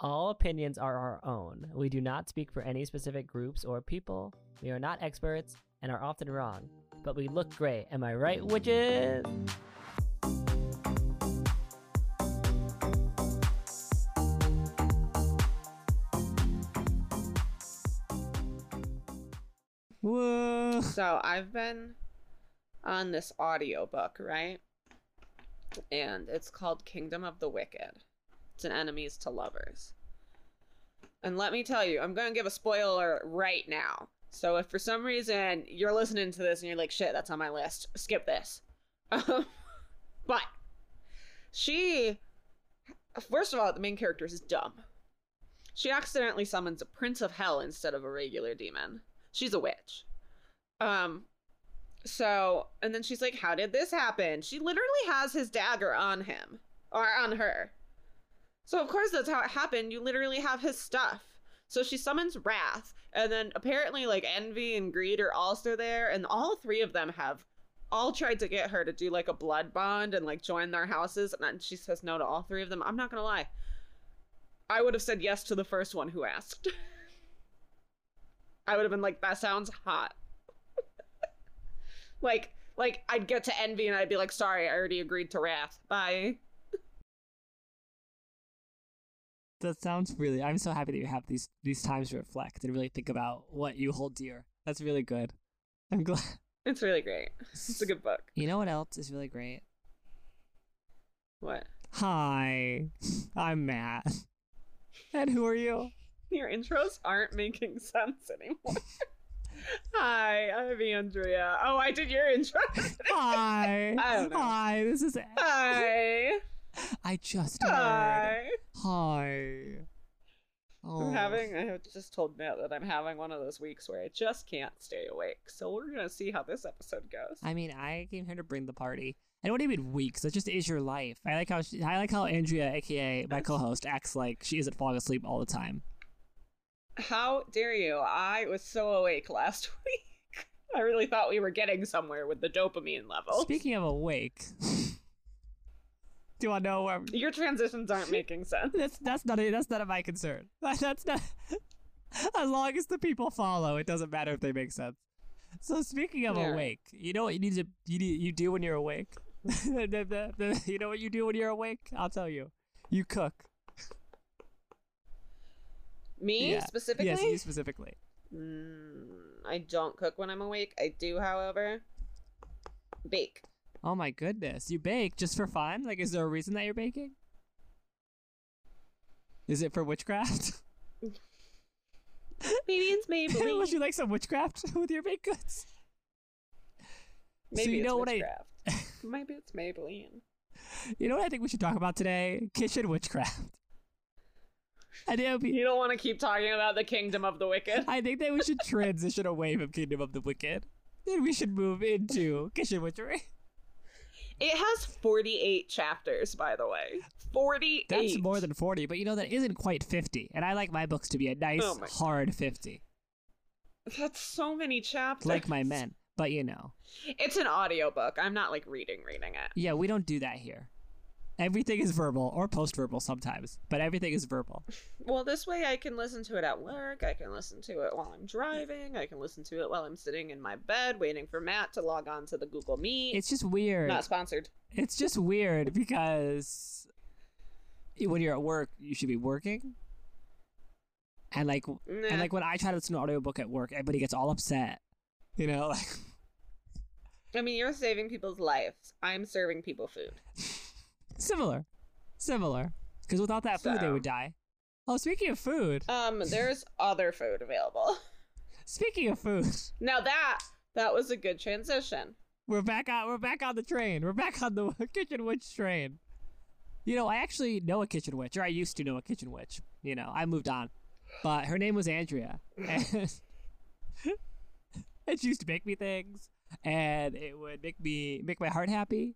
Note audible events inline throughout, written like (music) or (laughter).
All opinions are our own. We do not speak for any specific groups or people. We are not experts and are often wrong, but we look great. Am I right, witches? Whoa. So I've been on this audiobook, right? And it's called Kingdom of the Wicked. It's an enemies to lovers. And let me tell you, I'm going to give a spoiler right now. So if for some reason you're listening to this and you're like, shit, that's on my list, skip this. (laughs) Um, but she, first of all, the main character is dumb. She accidentally summons a prince of hell instead of a regular demon. She's a witch. Um, so, and then she's like, How did this happen? She literally has his dagger on him or on her. So, of course, that's how it happened. You literally have his stuff. So she summons Wrath, and then apparently, like, Envy and Greed are also there, and all three of them have all tried to get her to do like a blood bond and like join their houses, and then she says no to all three of them. I'm not gonna lie. I would have said yes to the first one who asked. (laughs) I would have been like, that sounds hot. Like, like I'd get to envy and I'd be like, sorry, I already agreed to wrath. Bye. That sounds really. I'm so happy that you have these these times to reflect and really think about what you hold dear. That's really good. I'm (laughs) glad. It's really great. It's a good book. You know what else is really great? What? Hi, (laughs) I'm Matt. And who are you? Your intros aren't making (laughs) sense anymore. (laughs) Hi, I'm Andrea. Oh, I did your intro. (laughs) Hi. I don't know. Hi, this (laughs) is. Hi. I just heard. Hi. Hi. Oh. I'm having, I have just told Matt that I'm having one of those weeks where I just can't stay awake. So we're going to see how this episode goes. I mean, I came here to bring the party. And what do you mean weeks? That just is your life. I like how she, I like how Andrea, aka my co-host, acts like she isn't falling asleep all the time. How dare you? I was so awake last (laughs) week. I really thought we were getting somewhere with the dopamine level. Speaking of awake, (laughs) do I know where? I'm- Your transitions aren't making sense. That's that's not that's none of my concern. (laughs) That's not. As long as the people follow, it doesn't matter if they make sense. So speaking of Yeah. awake, you know what you need to you need, you do when you're awake. (laughs) The- the- the- you know what you do when you're awake? I'll tell you. You cook. Me Yeah. specifically? Yes, you specifically. Mm, I don't cook when I'm awake. I do, however, bake. Oh my goodness. You bake just for fun? Like, is there a reason that you're baking? Is it for witchcraft? (laughs) Maybe it's Maybelline. Would you like some witchcraft (laughs) with your baked goods? Maybe you it's know what I- witchcraft. (laughs) Maybe it's Maybelline. You know what I think we should talk about today? Kitchen witchcraft. I think, it would be- You don't want to keep talking about the kingdom of the wicked. I think that we should transition away from Kingdom of the Wicked. Then we should move into kitchen witchery. It has 48 chapters, by the way. 48. That's more than 40, but you know, that isn't quite 50. And I like my books to be a nice, Oh my- hard 50, That's so many chapters. like my men. But you know. It's an audiobook. I'm not like reading reading it. Yeah, we don't do that here. Everything is verbal or post-verbal sometimes, but everything is verbal. Well, this way I can listen to it at work. I can listen to it while I'm driving. I can listen to it while I'm sitting in my bed waiting for Matt to log on to the Google Meet. It's just weird. not sponsored. It's just weird because when you're at work, you should be working. And like Nah. and like when I try to listen to an audiobook at work, everybody gets all upset. You know, (laughs) like I mean, you're saving people's lives. I'm serving people food. similar. Similar. Cuz without that food they So. would die. Oh, speaking of food. (laughs) Um, there's other food available. Speaking of food. Now that that was a good transition. We're back on. We're back on the train. We're back on the (laughs) kitchen witch train. You know, I actually know a kitchen witch, or I used to know a kitchen witch. You know, I moved on, but her name was Andrea, (laughs) and, and she used to make me things, and it would make me make my heart happy,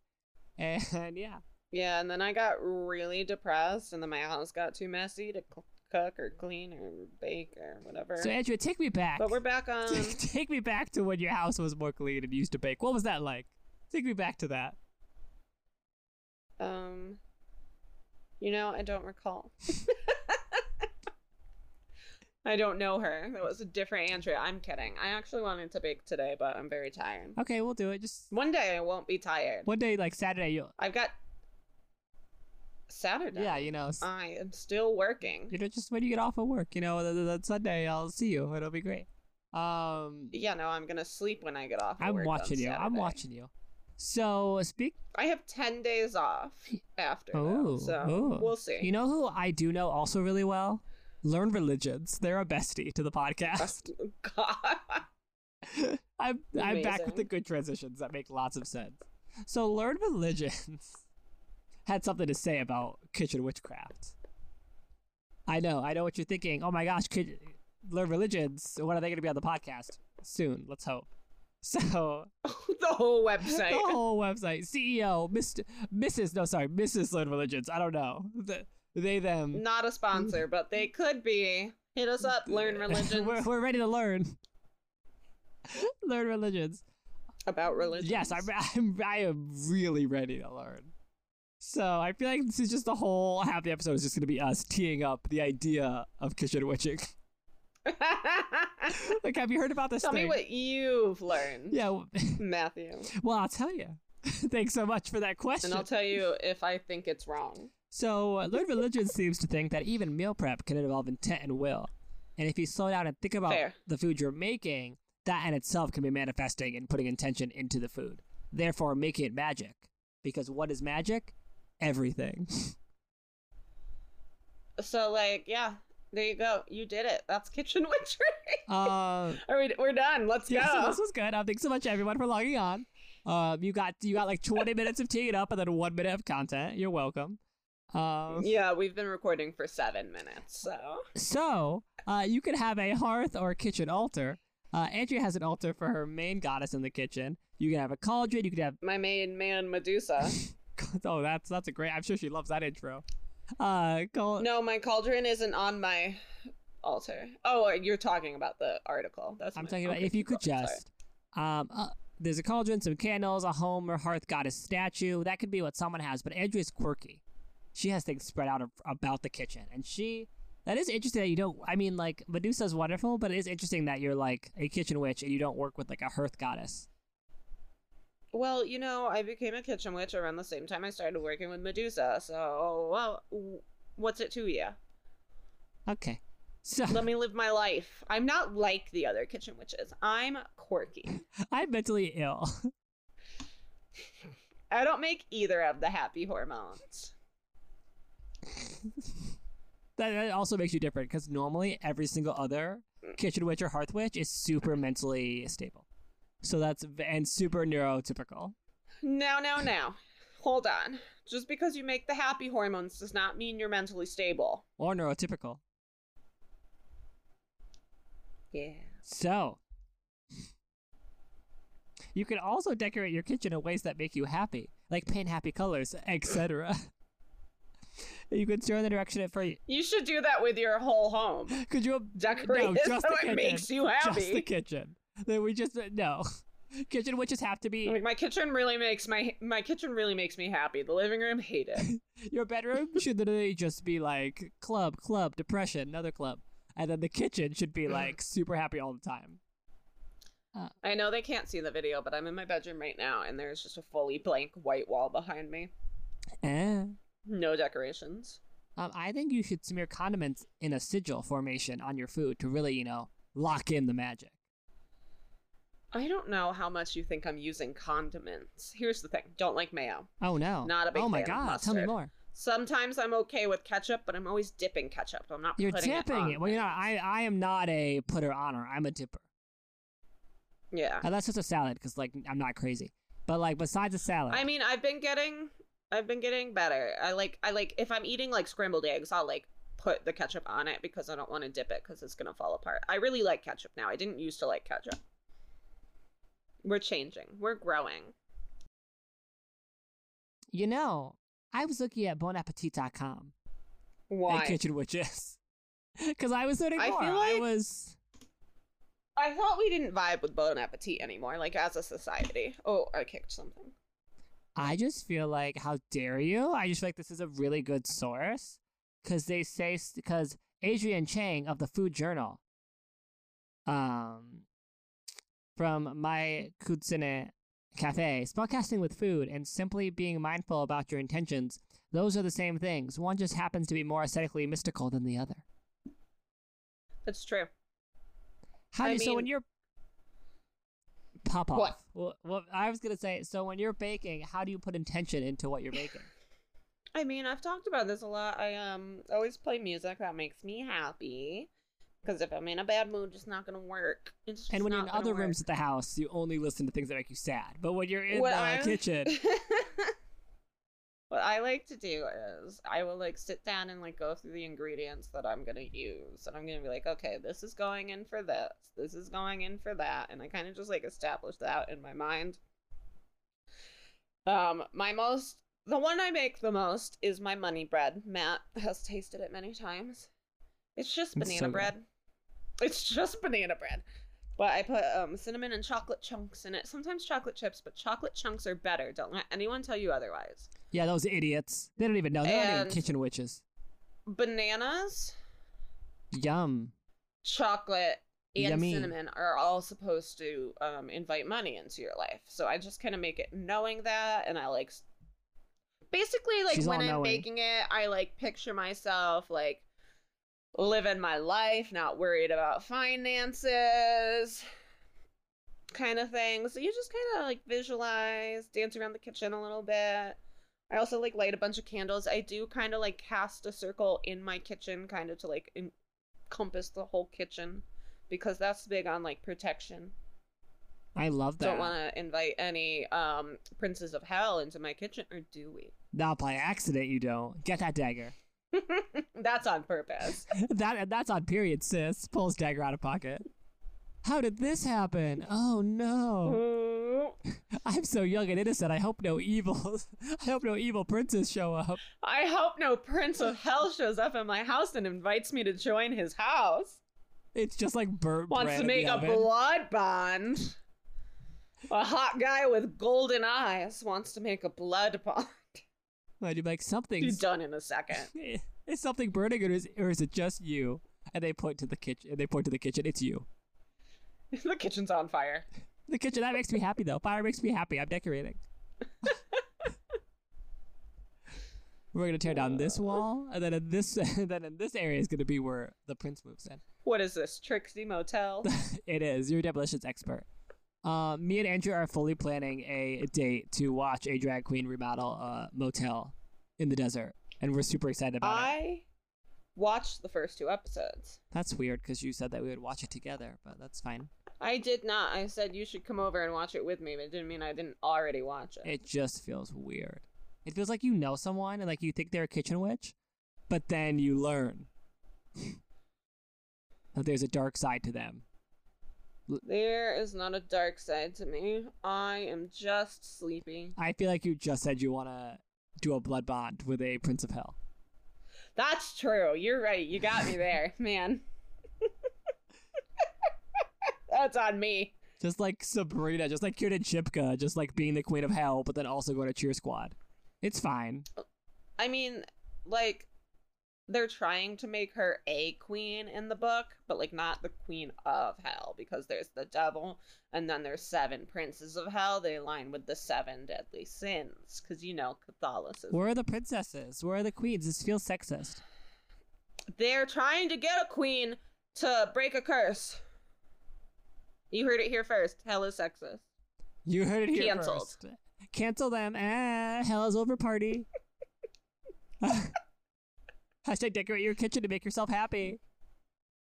and yeah, Yeah, and then I got really depressed, and then my house got too messy to c- cook or clean or bake or whatever. So Andrea, take me back. but we're back on. (laughs) take me back to when your house was more clean and you used to bake. What was that like? Take me back to that. um, you know, I don't recall. (laughs) I don't know her. That was a different Andrea. I'm kidding. I actually wanted to bake today, but I'm very tired. Okay, we'll do it. Just One day I won't be tired. one day, like Saturday, you'll. I've got Saturday. Yeah, you know. s- I am still working. you know, just when you get off of work, you know, th- th- that Sunday I'll see you. It'll be great. Um, Yeah, no, I'm gonna sleep when I get off. of I'm work on watching you. I'm Saturday. watching you. So speak. I have ten (laughs) days off after. Ooh, though, so ooh. we'll see. You know who I do know also really well? Learn religions. They're a bestie to the podcast. (laughs) Just- God. (laughs) I'm I'm back with the Amazing. good transitions that make lots of sense. So learn religions (laughs) had something to say about kitchen witchcraft. I know, I know what you're thinking. Oh my gosh, kid, learn religions. When are they going to be on the podcast? Soon, let's hope. (laughs) So the whole website. the whole website, E CEO, Mr. Mrs. No, sorry, Mrs. Learn Religions. I don't know. The, they them. Not a sponsor, but they could be. Hit us up, learn (laughs) religions we're, we're ready to learn. (laughs) learn religions. about religion. Yes, I'm, (laughs) I'm. I am really ready to learn. So I feel like this is just the whole half the episode is just going to be us teeing up the idea of kitchen witching. (laughs) like, have you heard about this (laughs) Tell me thing? what you've learned, yeah. w- (laughs) Matthew, Well, I'll tell you. (laughs) Thanks so much for that question. and I'll tell you if I think it's wrong. So, uh, learned religion (laughs) seems to think that even meal prep can involve intent and will. And if you slow down and think about Fair. the food you're making, that in itself can be manifesting and putting intention into the food. Therefore, making it magic. Because what is magic? Everything. (laughs) So, like, yeah, there you go. You did it. That's kitchen (laughs) witchery. Uh, All right, we're done. Let's yeah, so go. this was good. Uh, thanks so much, everyone, for logging on. Um, you got you got like 20 minutes of teeing up and then one minute of content. You're welcome. Um, Yeah, we've been recording for seven minutes, so So, uh, you could have a hearth or kitchen altar. Uh, Andrea has an altar for her main goddess in the kitchen. You can have a cauldron. You could have. (laughs) my main man Medusa. Oh, that's that's a great. I'm sure she loves that intro. Uh, cau- No, my cauldron isn't on my altar. Oh, you're talking about the article. That's I'm my- talking about okay, if you could sorry. just. Um, uh, there's a cauldron, some candles, a home or hearth goddess statue. That could be what someone has. But Andrea's quirky. She has things spread out ab- about the kitchen, and she. That is interesting that you don't. I mean, like Medusa's wonderful, but it is interesting that you're like a kitchen witch and you don't work with like a hearth goddess. Well, you know, I became a kitchen witch around the same time I started working with Medusa. So, well, w- what's it to you? Okay. So Let me live my life. I'm not like the other kitchen witches. I'm quirky. (laughs) I'm mentally ill. (laughs) I don't make either of the happy hormones. That, that also makes you different because normally every single other kitchen witch or hearth witch is super mentally stable. So that's v- and super neurotypical. No, no, no. Hold on. Just because you make the happy hormones does not mean you're mentally stable. Or neurotypical. Yeah. So you can also decorate your kitchen in ways that make you happy, like paint happy colors, etc. (laughs) you could steer in the direction of for you. You should do that with your whole home. Could you Decorate No, (laughs) it just so the it kitchen. makes you just the happy. kitchen? Then we just uh, no. (laughs) Kitchen witches have to be Like, my kitchen really makes my my kitchen really makes me happy. The living room hate it. Your bedroom should literally just be like club, club, depression, another club. And then the kitchen should (sighs) be like super happy all the time. I know they can't see the video, but I'm in my bedroom right now, and there's just a fully blank white wall behind me. Eh. No decorations. Um, I think you should smear condiments in a sigil formation on your food to really, you know, lock in the magic. I don't know how much you think I'm using condiments. Here's the thing: don't like mayo. Oh no. Not a big Oh my fan of god, tell me mustard. more. Sometimes I'm okay with ketchup, but I'm always dipping ketchup. I'm not. You're putting it. dipping on it. Well, you know, things. I, I am not a putter honor. I'm a dipper. Yeah. Unless it's a salad, because, like, I'm not crazy. But, like, besides a salad. I mean, I've been getting, I've been getting better. I like, I like, if I'm eating like scrambled eggs, I'll like put the ketchup on it because I don't want to dip it because it's gonna fall apart. I really like ketchup now. I didn't used to like ketchup. We're changing. We're growing. you know, I was looking at bonappetit.com. Why? at Kitchen Witches. (laughs) Because I was learning I more. feel I like- was. I thought we didn't vibe with Bon Appetit anymore, like as a society. Oh, I kicked something. I just feel like, how dare you? I just feel like this is a really good source because they say because Adrian Chang of the Food Journal um, from my Kutsune Cafe. Spellcasting with food and simply being mindful about your intentions, those are the same things. One just happens to be more aesthetically mystical than the other. That's true. How do I you, so mean- when you're pop off? What? Well, well, I was gonna say so when you're baking, how do you put intention into what you're baking? I mean, I've talked about this a lot. I um always play music that makes me happy because if I'm in a bad mood, it's not gonna work. It's just And when you're not in gonna other work. rooms at the house, you only listen to things that make you sad. But when you're in What the I'm- kitchen, (laughs) what I like to do is I will like sit down and like go through the ingredients that I'm gonna use, and I'm gonna be like, okay, this is going in for this, this is going in for that, and I kind of just like establish that in my mind. Um, my most the one I make the most is my money bread. Matt has tasted it many times. It's just It's banana so good. bread. It's just banana bread. But I put um, cinnamon and chocolate chunks in it. Sometimes chocolate chips, but chocolate chunks are better. Don't let anyone tell you otherwise. yeah, those idiots. They don't even know. They're not even And- kitchen witches. Bananas, Yum. chocolate, and Yummy. cinnamon are all supposed to um, invite money into your life. So I just kind of make it knowing that, and I like s- basically like She's when I'm all-knowing. making it, I like picture myself like living my life, not worried about finances, kind of thing. So you just kind of like visualize, dance around the kitchen a little bit. I also like light a bunch of candles. I do kind of like cast a circle in my kitchen, kind of to like en- encompass the whole kitchen because that's big on like protection. I love that. Don't want to invite any um princes of hell into my kitchen, or do we? Not by accident, you don't. Get that dagger. that's (laughs) on purpose. that that's on period, sis. Pulls dagger out of pocket. How did this happen? Oh (laughs) no! Oh. Ooh. I'm so young and innocent. I hope no evil. (laughs) I hope no evil princes show up. I hope no prince of hell shows up at my house and invites me to join his house. It's just like burnt Wants bread to in the make a oven. blood bond. A hot guy with golden eyes wants to make a blood bond. (laughs) And you're like He's something's done in a second. (laughs) (laughs) is something burning, or is or is it just you? And they point to the kitchen. And they point to the kitchen. It's you. the kitchen's on fire. The kitchen. That makes me happy though. Fire makes me happy. I'm decorating. (laughs) We're gonna tear down this wall, and then in this, (laughs) and then in this area is gonna be where the prince moves in. What is this, Trixie (laughs) Motel? It is. You're a demolitions expert. Uh, me and Andrew are fully planning a date to watch a drag queen remodel a motel in the desert, and we're super excited about it. I watched the first two episodes. That's weird because you said that we would watch it together, but that's fine. I did not. I said you should come over and watch it with me, but it didn't mean I didn't already watch it. It just feels weird. It feels like you know someone and like you think they're a kitchen witch, but then you learn (laughs) that there's a dark side to them. There is not a dark side to me. I am just sleepy. I feel like you just said you want to do a blood bond with a prince of hell. That's true. You're right. You got me there, man. (laughs) That's on me. Just like Sabrina, just like Kieran Shipka, just like being the queen of hell, but then also going to cheer squad. It's fine. I mean, like, they're trying to make her a queen in the book, but, like, not the queen of hell, because there's the devil, and then there's seven princes of hell. They align with the seven deadly sins, because, you know, Catholicism. Where are the princesses? Where are the queens? This feels sexist. They're trying to get a queen to break a curse. You heard it here first. Hell is sexist. You heard it here Cancelled. first. Cancel them. Ah, hell is over party. (laughs) Hashtag decorate your kitchen to make yourself happy.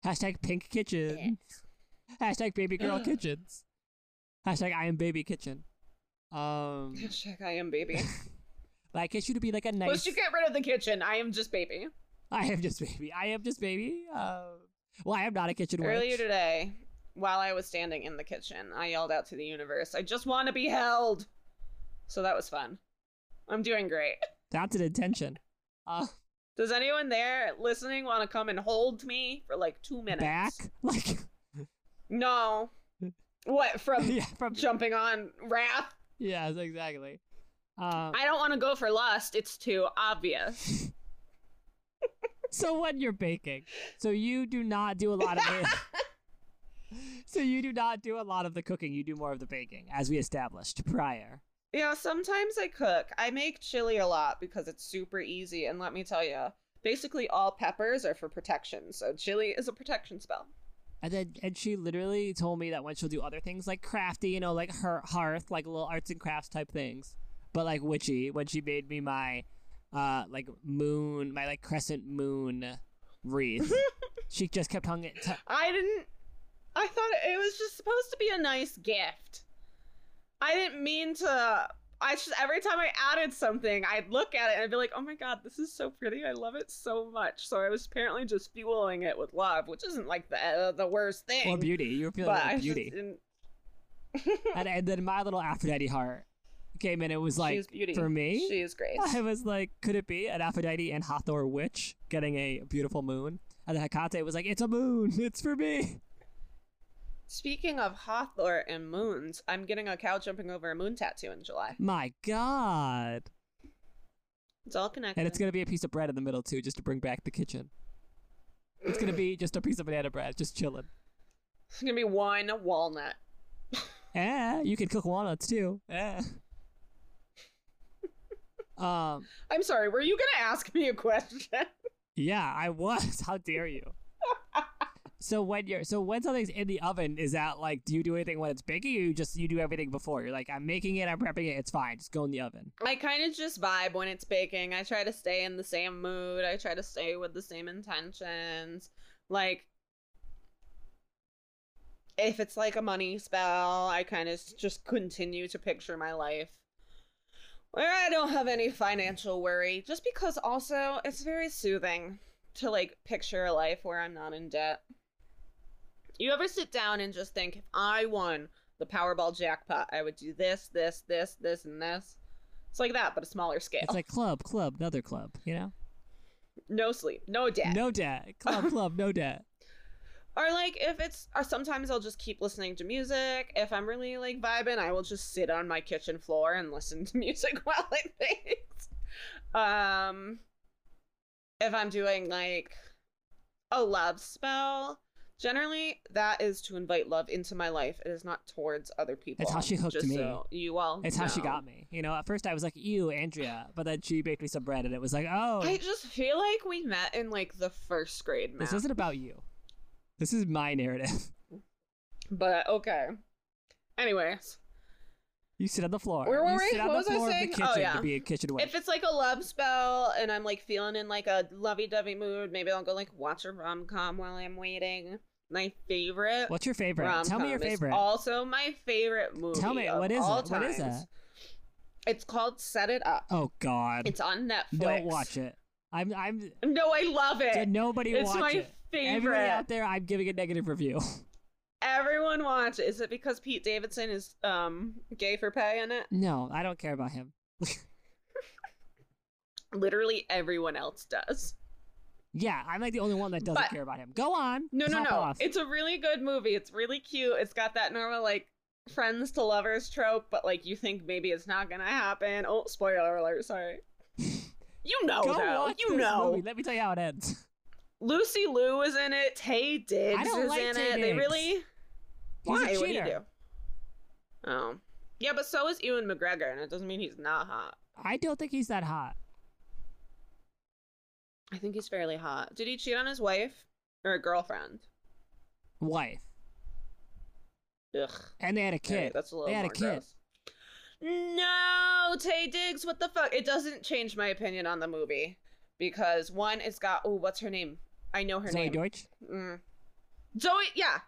Hashtag pink kitchen. Eh. Hashtag baby girl kitchens. Hashtag I am baby kitchen. Um, Check, I am (laughs) baby. I guess you to be like a nice. Once you get rid of the kitchen, I am just baby. I am just baby. I am just baby. Uh, well, I am not a kitchen Earlier witch. today, while I was standing in the kitchen, I yelled out to the universe, I just want to be held. So that was fun. I'm doing great. That's an intention. Uh, Does anyone there listening want to come and hold me for like two minutes? back, (laughs) like (laughs) No. What, from yeah, from jumping on wrath? yeah, exactly. Uh, I don't want to go for lust. It's too obvious. (laughs) so when you're baking, so you do not do a lot of it. So you do not do a lot of the cooking. You do more of the baking, as we established prior. Yeah, sometimes I cook. I make chili a lot because it's super easy. And let me tell you, basically all peppers are for protection. So chili is a protection spell. And then, and she literally told me that when she'll do other things like crafty, you know, like her hearth, like little arts and crafts type things, but like witchy, when she made me my, uh, like moon, my like crescent moon (laughs) wreath, she just kept hung it. T- I didn't. I thought it was just supposed to be a nice gift. I didn't mean to. I just every time I added something, I'd look at it and I'd be like, "Oh my god, this is so pretty! I love it so much." So I was apparently just fueling it with love, which isn't like the uh, the worst thing. or beauty. You were feeling but like I beauty. (laughs) Just didn't- and, and then my little Aphrodite heart came in. It was like She's beauty for me. She is grace. I was like, could it be an Aphrodite and Hathor witch getting a beautiful moon? And then Hecate was like, it's a moon. (laughs) It's for me. Speaking of Hathor and moons, I'm getting a cow jumping over a moon tattoo in July. My God. It's all connected. And it's going to be a piece of bread in the middle, too, just to bring back the kitchen. It's going to be just a piece of banana bread, just chilling. It's gonna be wine and walnut. Eh, you can cook walnuts, too. Eh. um, I'm sorry, were you gonna (laughs) ask me a question? yeah, I was. (laughs) How dare you? So when you're so when something's in the oven, is that like do you do anything when it's baking or you just you do everything before? You're like, I'm making it, I'm prepping it, it's fine, just go in the oven. I kind of just vibe when it's baking. I try to stay in the same mood. I try to stay with the same intentions. Like, if it's like a money spell, I kind of just continue to picture my life where I don't have any financial worry. Just because also it's very soothing to like picture a life where I'm not in debt. You ever sit down and just think, if I won the Powerball jackpot, I would do this, this, this, this, and this? It's like that, but a smaller scale. It's like club, club, another club, you know? no sleep, no debt. No debt. Club, club, no (laughs) debt. Or like if it's or sometimes I'll just keep listening to music. If I'm really like vibing, I will just sit on my kitchen floor and listen to (laughs) music while I bakes. Um if I'm doing like a love spell, generally that is to invite love into my life. It is not towards other people. It's how she hooked just me. So you all It's how she know. got me. You know, at first I was like, ew, Andrea. But then she baked me some bread and it was like, oh, I just feel like we met in like the first grade this math. isn't about you. This is my narrative. (laughs) But okay. Anyways. You sit on the floor. Where were you we? sit on What the was I floor of the saying? Oh, kitchen yeah. to be a kitchen If witch. it's like a love spell and I'm like feeling in like a lovey dovey mood, maybe I'll go like watch a rom com while I'm waiting. My favorite. What's your favorite? Tell me your rom-com is favorite. Also, my favorite movie. Tell me, of what is all it? What is times. it? It's called Set It Up. Oh God! It's on Netflix. Don't watch it. I'm. I'm. No, I love it. Did nobody it's watch my it? Everybody favorite. out there, I'm giving a negative review. (laughs) Everyone watch it. Is it because Pete Davidson is um gay for pay in it? no, I don't care about him. Literally everyone else does. Yeah, I'm like the only one that doesn't But- care about him. Go on. No, no, Pop no. Off. It's a really good movie. It's really cute. It's got that normal like friends to lovers trope, but like you think maybe it's not gonna happen. Oh, spoiler (laughs) alert! Sorry. You know, Go though. watch You this know. movie. Let me tell you how it ends. (laughs) Lucy Liu is in it. Tay Diggs I don't is like in Taye it. They Diggs. really. He's a Why? What do you do? cheater. Oh, yeah, but so is Ewan McGregor, and it doesn't mean he's not hot. I don't think he's that hot. I think he's fairly hot. Did he cheat on his wife or a girlfriend? Wife, Ugh. and they had a kid. Alright, that's a little they had more a kid. gross. No, Tay Diggs, what the fuck? It doesn't change my opinion on the movie because one, it's got oh, what's her name? I know her Zoe name. Deutsch. mm. Zoe, yeah.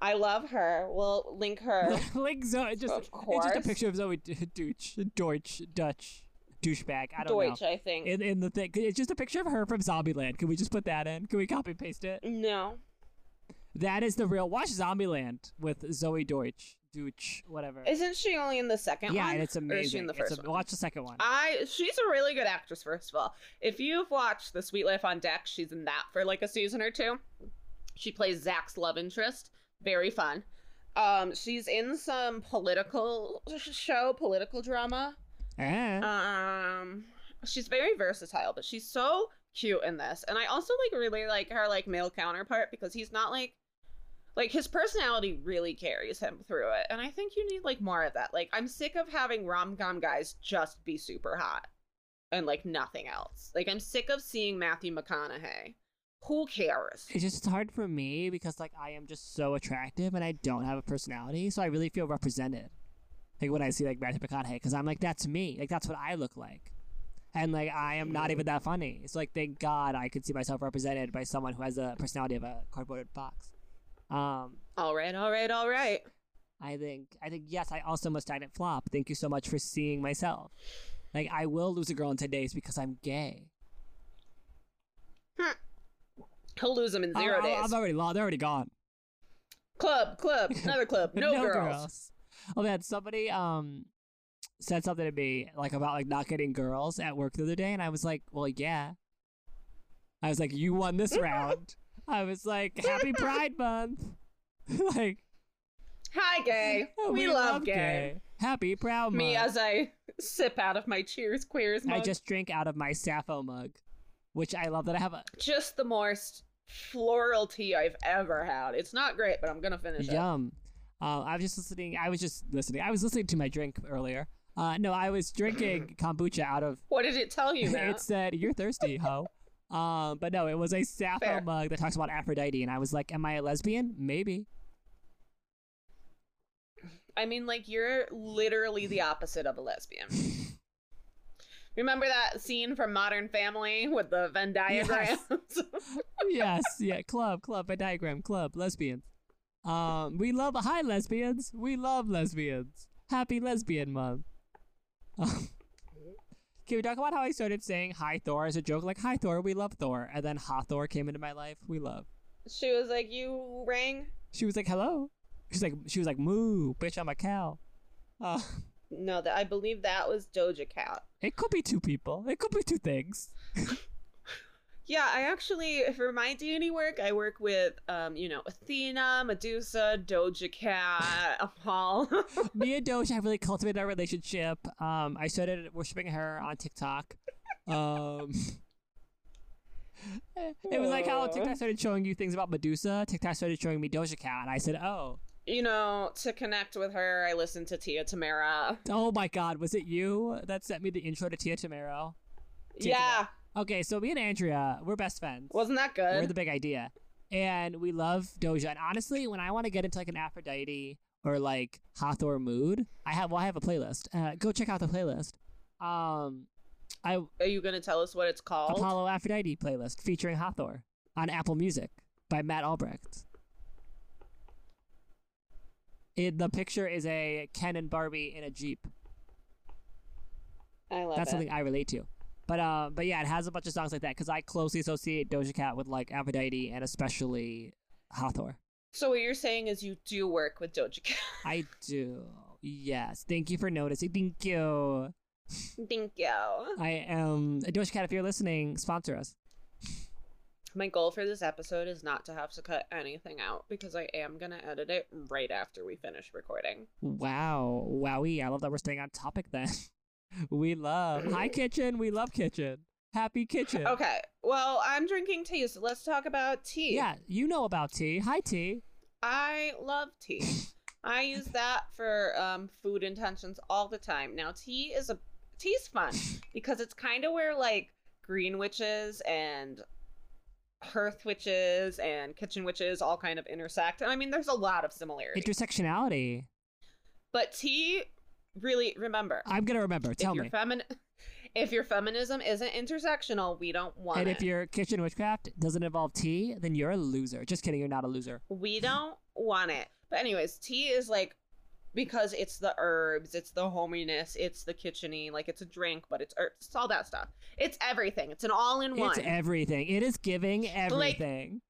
I love her. We'll link her. (laughs) like Zoe, just Of it's just a course. picture of Zoe D- Deutsch, Deutsch, Dutch, douchebag. I don't Deutsch, know. I think. In, in the thing, it's just a picture of her from Zombieland. Can we just put that in? Can we copy and paste it? no. That is the real. Watch Zombieland with Zoe Deutsch, Deutsch, whatever. Isn't she only in the second yeah, one? and it's Or amazing. is she in the It's first a- one? Uh, Watch the second one. I she's a really good actress, first of all. If you've watched The Sweet Life on Deck, she's in that for like a season or two. She plays Zach's love interest. Very fun. Um, she's in some political sh- show, political drama. Eh. Um, she's very versatile, but she's so cute in this. And I also like really like her like male counterpart because he's not like Like his personality really carries him through it, and I think you need like more of that. Like I'm sick of having rom com guys just be super hot and like nothing else. Like I'm sick of seeing Matthew McConaughey. Who cares? It's just hard for me because like I am just so attractive and I don't have a personality, so I really feel represented. Like when I see like Matthew McConaughey, because I'm like that's me, like that's what I look like, and like I am not even that funny. It's like thank God I could see myself represented by someone who has a personality of a cardboard box. Um, All right, all right, all right. I think I think yes, I also must stagnant flop. Thank you so much for seeing myself. Like I will lose a girl in ten days because I'm gay. He'll lose him in 0 I, I, days. I'm already lost. They're already gone. (laughs) club, (laughs) club, another club. No, girls. Oh man, somebody um said something to me like about like not getting girls at work the other day, and I was like, well, yeah. I was like, you won this (laughs) round. I was like, happy Pride Month. (laughs) like Hi, (laughs) gay. oh, (laughs) we, love, gay. Happy Proud Month. Me as I sip out of my Cheers Queers I mug. just drink out of my Sappho mug, which I love that I have a just the most floral tea I've ever had. It's not great, but I'm gonna finish it. Yum. Uh, I was just listening. I was just listening. I was listening to my drink earlier. Uh, no, I was (laughs) drinking kombucha out of. What did it (laughs) tell you, Matt? it said, "You're thirsty, ho." Um, but no, it was a Sappho Fair. mug that talks about Aphrodite, and I was like, "Am I a lesbian? Maybe." I mean, like you're literally the opposite of a lesbian. (laughs) Remember that scene from Modern Family with the Venn diagrams? yes, yeah. Club, club, a diagram, club, lesbians. Um, we love hi lesbians. We love lesbians. Happy lesbian month. (laughs) Um, Can we talk about how I started saying hi Thor as a joke? Like hi Thor, we love Thor, and then ha Thor came into my life. We love. (laughs) she was like, "You rang? She was like hello. She's like she was like moo, bitch. I'm a cow. Uh, No, that I believe that was Doja Cat." it could be two people. It could be two things. Yeah, I actually, for my deity work, I work with, um, you know, Athena, Medusa, Doja Cat, (laughs) Apollo. me and Doge have really cultivated our relationship. Um, I started worshiping her on TikTok. Um, (laughs) it was like how Aw. TikTok started showing you things about Medusa. TikTok started showing me Doja Cat, and I said, "Oh, you know, to connect with her, I listen to Tia Tamara. oh my God, was it you that sent me the intro to Tia Tamero?" Tia yeah, Okay, so me and Andrea, we're best friends. wasn't that we're good? the big idea, and we love Doja. And honestly, when I want to get into like an Aphrodite or like Hathor mood, I have well, I have a playlist. Uh, go check out the playlist. Um, I Are you gonna tell us what it's called? Apollo Aphrodite playlist featuring Hathor on Apple Music by Matt Albrecht. It, the picture is a Ken and Barbie in a Jeep. I love That's it. something I relate to. But uh, but yeah, it has a bunch of songs like that because I closely associate Doja Cat with like Aphrodite and especially Hathor. So what you're saying is you do work with Doja Cat. (laughs) I do. Yes. Thank you for noticing. Thank you. Thank you. I am Doja Cat. If you're listening, sponsor us. My goal for this episode is not to have to cut anything out because I am gonna edit it right after we finish recording. Wow. Wowie. I love that we're staying on topic then. (laughs) We love (laughs) Hi Kitchen. We love kitchen. Happy kitchen. Okay. Well, I'm drinking tea, so let's talk about tea. Yeah, you know about tea. Hi tea. I love tea. I use that for um, food intentions all the time. Now tea is a tea's fun because it's kind of where like green witches and hearth witches and kitchen witches all kind of intersect. And I mean, there's a lot of similarities. Intersectionality. but tea really remember I'm gonna remember. Tell if your me. femin if your feminism isn't intersectional, we don't want And it. if your kitchen witchcraft doesn't involve tea, then you're a loser. Just kidding. You're not a loser. We don't want it. But anyways, tea is like because it's the herbs, it's the hominess, it's the kitcheny, like it's a drink, but it's herbs, it's all that stuff. It's everything. It's an all in one. It's everything. It is giving everything.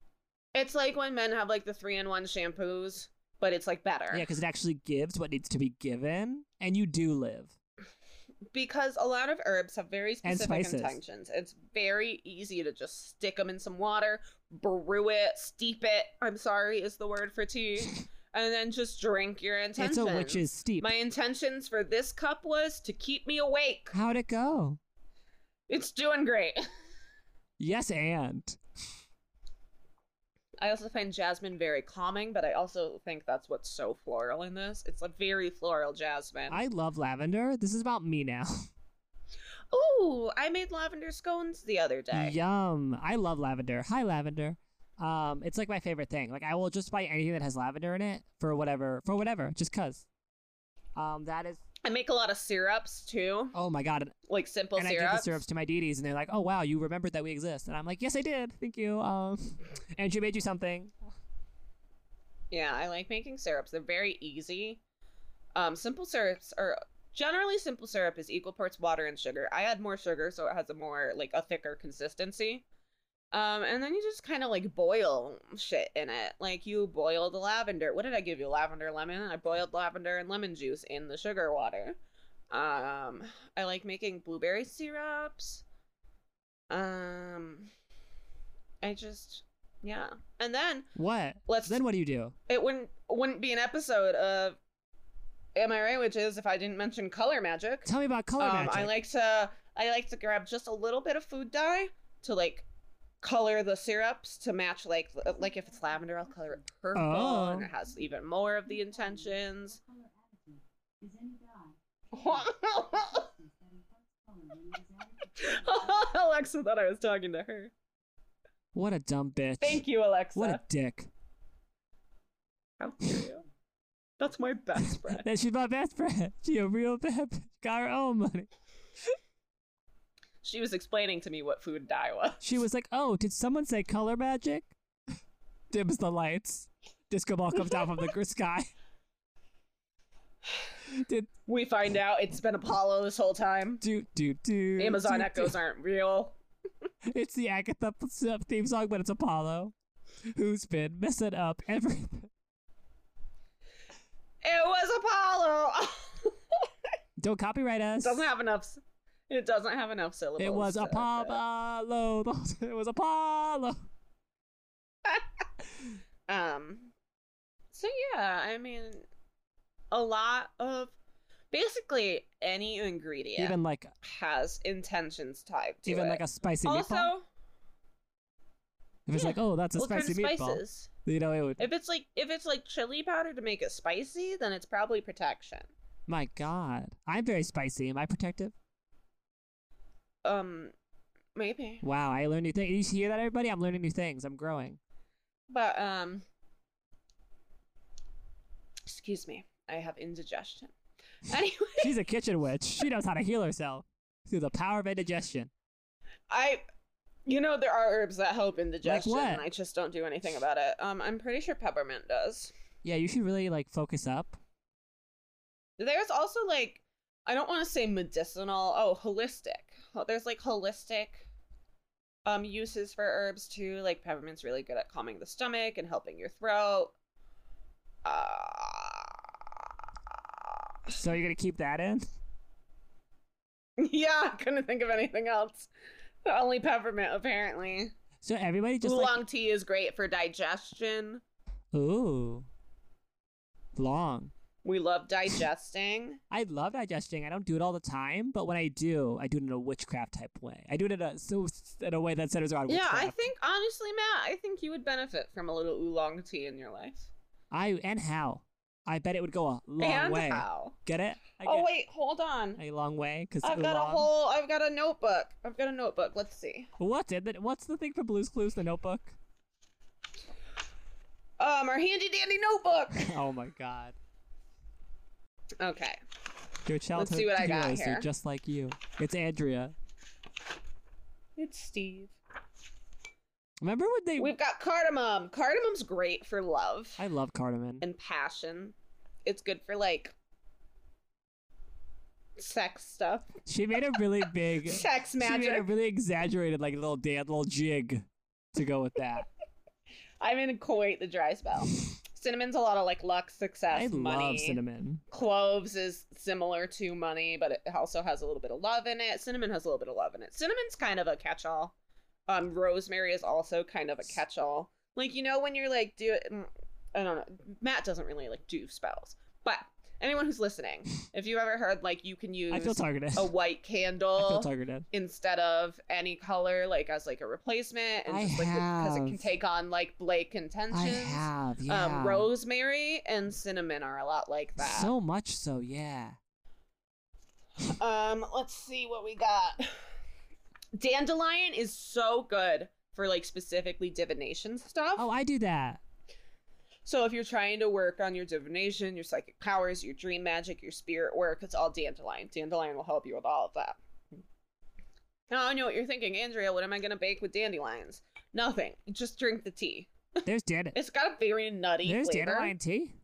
it's like when men have like the three in one shampoos, but it's like better. yeah, because it actually gives what needs to be given, and you do live. Because a lot of herbs have very And specific spices. intentions. It's very easy to just stick them in some water, brew it, steep it. I'm sorry, is the word (laughs) for tea. And then just drink your intentions. It's a witch's steep. My intentions for this cup was to keep me awake. How'd it go? It's doing great. Yes, and I also find jasmine very calming, but I also think that's what's so floral in this. It's a very floral jasmine. I love lavender. This is about me now. Ooh, I made lavender scones the other day. Yum. I love lavender. Hi, lavender. Um, it's like my favorite thing. Like I will just buy anything that has lavender in it for whatever, for whatever, just cause. Um, that is. I make a lot of syrups too, Oh my god! And, like simple and I give the syrups. syrups to my DDs, and they're like, "Oh wow, you remembered that we exist." And I'm like, "Yes, I did. Thank you." Um, (laughs) and she made you something. Yeah, I like making syrups. They're very easy. Um, simple syrups are generally simple syrup is equal parts water and sugar. I add more sugar, so it has a more like a thicker consistency. Um, and then you just kind of like boil shit in it. Like you boil the lavender. What did I give you? Lavender lemon. I boiled lavender and lemon juice in the sugar water. Um, I like making blueberry syrups. Um, I just yeah. And then What? let's Then what do you do? it wouldn't wouldn't be an episode of am i right which is if i didn't mention color magic Tell me about color um, magic. i like to i like to grab just a little bit of food dye to like color the syrups to match like like if it's lavender i'll color it purple and Oh. it has even more of the intentions alexa thought i was talking to her what a dumb bitch. thank you alexa What a dick. how dare you that's my best (laughs) friend That she's my best friend. (laughs) She a real bad bitch. Got her own money. she was explaining to me what food dye was She was like, "Oh, did someone say color magic?" (laughs) Dims the lights. Disco ball comes down from the gr- sky. (laughs) Did We find out it's been Apollo this whole time. do do do. Amazon do, echoes aren't real. do. It's the Agatha theme song, but it's Apollo, who's been messing up everything. (laughs) It was Apollo. (laughs) Don't copyright us. it doesn't have enough. s- It doesn't have enough syllables. It was to- Apollo. (laughs) It was Apollo. Um. So yeah, I mean, a lot of basically any ingredient Even like has intentions tied to even it. like a spicy also, meatball. If it's yeah. like, oh, that's a what kind of spicy meatball. spices? You know, it would. If it's like if it's like chili powder to make it spicy, then it's probably protection. My God, I'm very spicy. Am I protective? Um, maybe. Wow, I learn new things. You hear that, everybody? I'm learning new things. I'm growing. But um excuse me. I have indigestion. (laughs) Anyway, She's a kitchen witch. She knows how to heal herself through the power of indigestion. I you know there are herbs that help indigestion. what? and I just don't do anything about it. Um I'm pretty sure peppermint does. Yeah, you should really like focus up. There's also like I don't want to say medicinal. Oh, holistic. Ho- There's like holistic um uses for herbs too. Like peppermint's really good at calming the stomach and helping your throat. Ah. Uh So you're gonna keep that in? (laughs) Yeah, I couldn't think of anything else. Only peppermint, apparently. So everybody just Oolong tea is great for digestion. like ooh, long. We love (laughs) digesting. I love digesting. I don't do it all the time, but when I do, I do it in a witchcraft type way. I do it in a so in a way that centers around yeah, witchcraft. I think honestly, Matt, I think you would benefit from a little oolong tea in your life. I and how. I bet it would go a long and way. how? Get it? I Oh get wait, hold on. a long way because I've got a whole. I've got a notebook. I've got a notebook. Let's see. What did the, what's the thing for Blue's Clues? The Notebook. Um, our handy dandy notebook. oh my God. Okay. (laughs) Your childhood see what I got heroes are here. just like you. It's Andrea. It's Steve. Remember when they? We've got cardamom. Cardamom's great for love. I love cardamom. and passion. It's good for like sex stuff, She made a (laughs) really big. she sex made a magic. really exaggerated like little dance, little jig, to go with that. I'm in Kuwait, the dry spell. Cinnamon's a lot of like luck, success, I money. love cinnamon. Cloves is similar to money, but it also has a little bit of love in it. Cinnamon has a little bit of love in it. Cinnamon's kind of a catch-all. Um, rosemary is also kind of a catch-all. Like you know when you're like do mm, I don't know. Matt doesn't really like do spells, but anyone who's listening, if you ever heard like you can use (laughs) I feel targeted. a white I feel candle targeted. instead of any color, like as like a replacement, and I just like because it can have. take on like Blake contentions. I have, yeah. Um, rosemary and cinnamon are a lot like that. So much so, yeah. Um, let's see what we got. Dandelion is so good for like specifically divination stuff. Oh, I do (laughs) that. So if you're trying to work on your divination, your psychic powers, your dream magic, your spirit work, it's all dandelion. Dandelion will help you with all of that. Now I know what you're thinking, Andrea. What am I gonna bake with dandelions? Nothing. Just drink the tea. There's dandelion. It's got a very nutty There's flavor. dandelion tea.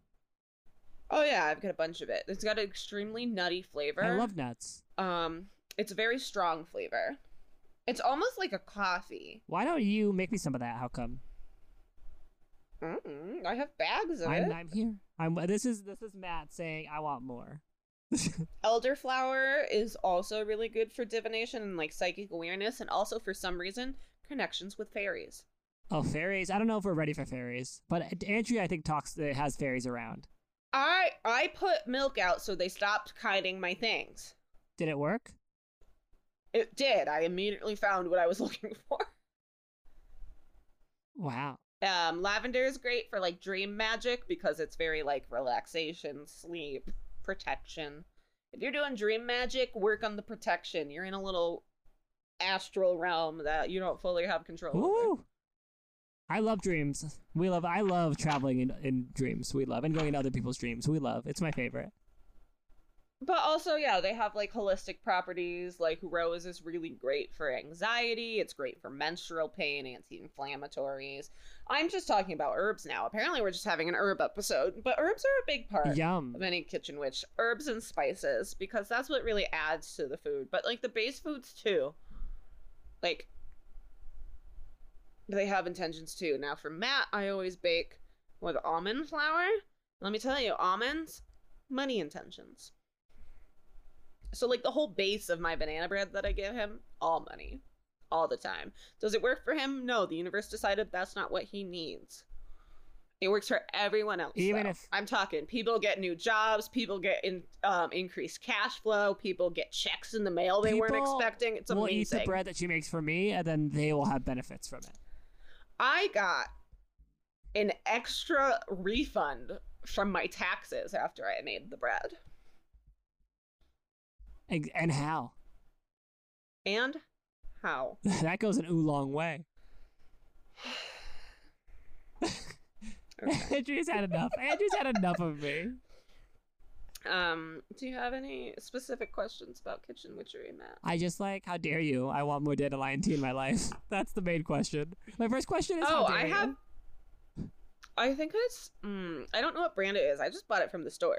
Oh yeah, I've got a bunch of it. It's got an extremely nutty flavor. I love nuts. Um, it's a very strong flavor. It's almost like a coffee. Why don't you make me some of that? How come? Mm, I have bags of I'm, it. I'm here. I'm. This is this is Matt saying I want more. Elderflower is also really good for divination and like psychic awareness, and also for some reason connections with fairies. Oh, fairies. I don't know if we're ready for fairies, but Andrea, I think talks uh, has fairies around. I I put milk out so they stopped hiding my things. Did it work? It did. I immediately found what I was (laughs) looking for. Wow. Um, lavender is great for like dream magic because it's very like relaxation, sleep, protection. If you're doing dream magic, work on the protection. You're in a little astral realm that you don't fully have control over. Woo! I love dreams. We love. I love traveling in, in dreams. We love and going into other people's dreams. We love. It's my favorite. But also, yeah, they have like holistic properties. Like rose is really great for anxiety. It's great for menstrual pain, anti-inflammatories. I'm just talking about herbs now. Apparently, we're just having an herb episode, but herbs are a big part. Yum. of any kitchen witch herbs and spices because that's what really adds to the food but like the base foods too like they have intentions too now for matt i always bake with almond flour let me tell you almonds money intentions so like the whole base of my banana bread that i give him all money all the time does it work for him no the universe decided that's not what he needs it works for everyone else Even though. if- i'm talking people get new jobs people get in, um, increased cash flow people get checks in the mail they weren't People expecting it's we'll eat amazing the bread that she makes for me, and then they will have benefits from it. I got an extra refund from my taxes after I made the bread. And, and how? (laughs) And how? that goes an oolong (sighs) way. (laughs) Andrea's had enough. Andrea's had enough of me. Um, do you have any specific questions about kitchen witchery, Matt? I just like, how dare you? I want more dandelion tea in my life. (laughs) That's the main question. My first question is, how Oh, dare I you? have- I think it's mm, I don't know what brand it is. I just bought it from the store.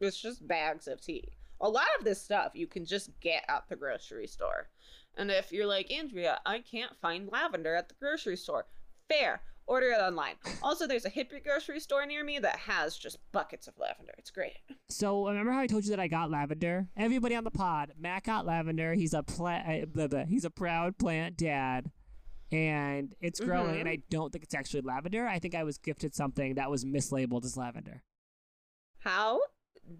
It's just bags of tea. A lot of this stuff you can just get at the grocery store. And if you're like, Andrea, I can't find lavender at the grocery store. Fair. Order it online. Also, there's a hippie grocery store near me that has just buckets of lavender. It's great. So remember how I told you that I got lavender? Everybody on the pod, Matt got lavender. He's a pla- uh, blah, blah. he's a proud plant dad, and it's growing. Mhm. And I don't think it's actually lavender. I think I was gifted something that was mislabeled as lavender. How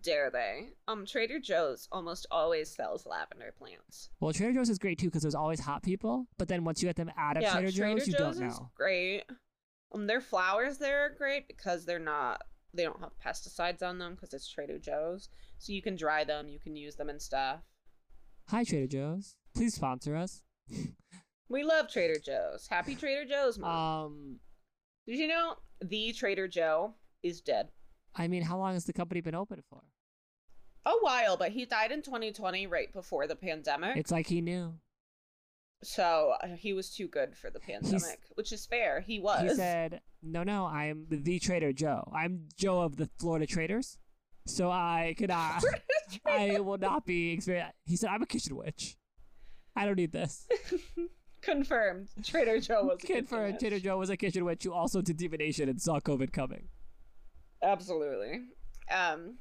dare they? Um, Trader Joe's almost always sells lavender plants. Well, Trader Joe's is great too because there's always hot people. But then once you get them out of Trader, Joe's, you don't is know. great. Um, their flowers there are great because they're not they don't have pesticides on them because it's Trader Joe's, so you can dry them, you can use them and stuff. Hi, Trader Joe's. Please sponsor us. We love Trader Joe's. Happy Trader Joe's, mom. Um, Did you know the Trader Joe is dead? I mean, how long has the company been open for? A while, but he died in 2020, right before the pandemic. It's like he knew. so uh, he was too good for the pandemic, which is fair. He was. He (laughs) said, "No, no, I'm the Trader Joe. I'm Joe of the Florida Traders, so I (laughs) cannot. I will not be." Exper-. He said, "I'm a kitchen witch. I don't need this." Confirmed. Trader Joe (laughs) was a Kid good for match. Trader Joe was a kitchen witch who also did divination and saw COVID coming. Absolutely. Um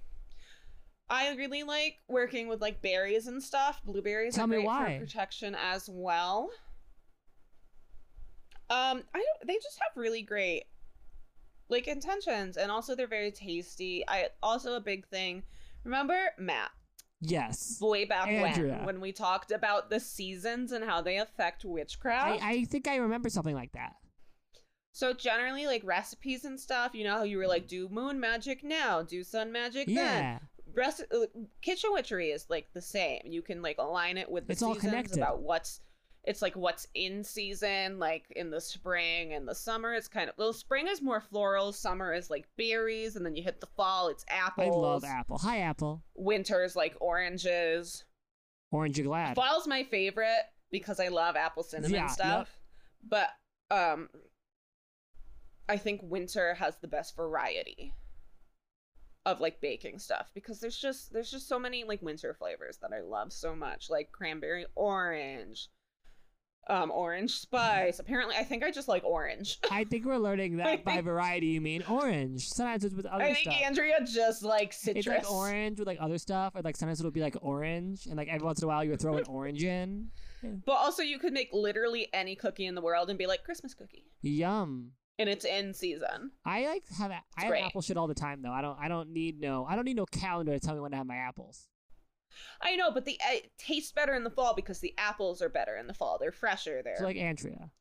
I really like working with like berries and stuff. Blueberries Tell are me great why. for protection as well. Um I don't they just have really great like intentions and also they're very tasty. I also a big thing Remember Matt? Yes. Way back Andrea. when, when we talked about the seasons and how they affect I, witchcraft. I think I remember something like that. So generally, like recipes and stuff, you know how you were like, do moon magic now, do sun magic then. Yeah. Rest- uh, kitchen witchery is like the same. You can like align it with the It's all seasons connected. about what's. It's like what's in season, like in the spring and the summer. It's kind of well, spring is more floral, summer is like berries, and then you hit the fall, it's I apples. love Apple. Hi, Apple. Winter's like oranges. Orange, you glad. Fall's my favorite because I love apple cinnamon Yeah, stuff. But um I think winter has the best variety of like baking stuff because there's just there's just so many like winter flavors that I love so much like cranberry orange um orange spice apparently I think I just like orange I think we're learning (laughs) I that by think- variety you mean orange. Sometimes it's with other I think stuff. Andrea just likes citrus It's like orange with like other stuff, or like sometimes it'll be like orange, and like every once in a while you would (laughs) throw an orange in. but also you could make literally any cookie in the world and be like Christmas cookie Yum. and it's in season I like to have a- I have great. apple shit all the time though. I don't I don't need no I don't need no calendar to tell me when to have my apples. I know, but the uh, it tastes better in the fall because the apples are better in the fall. They're fresher. They're So like Andrea,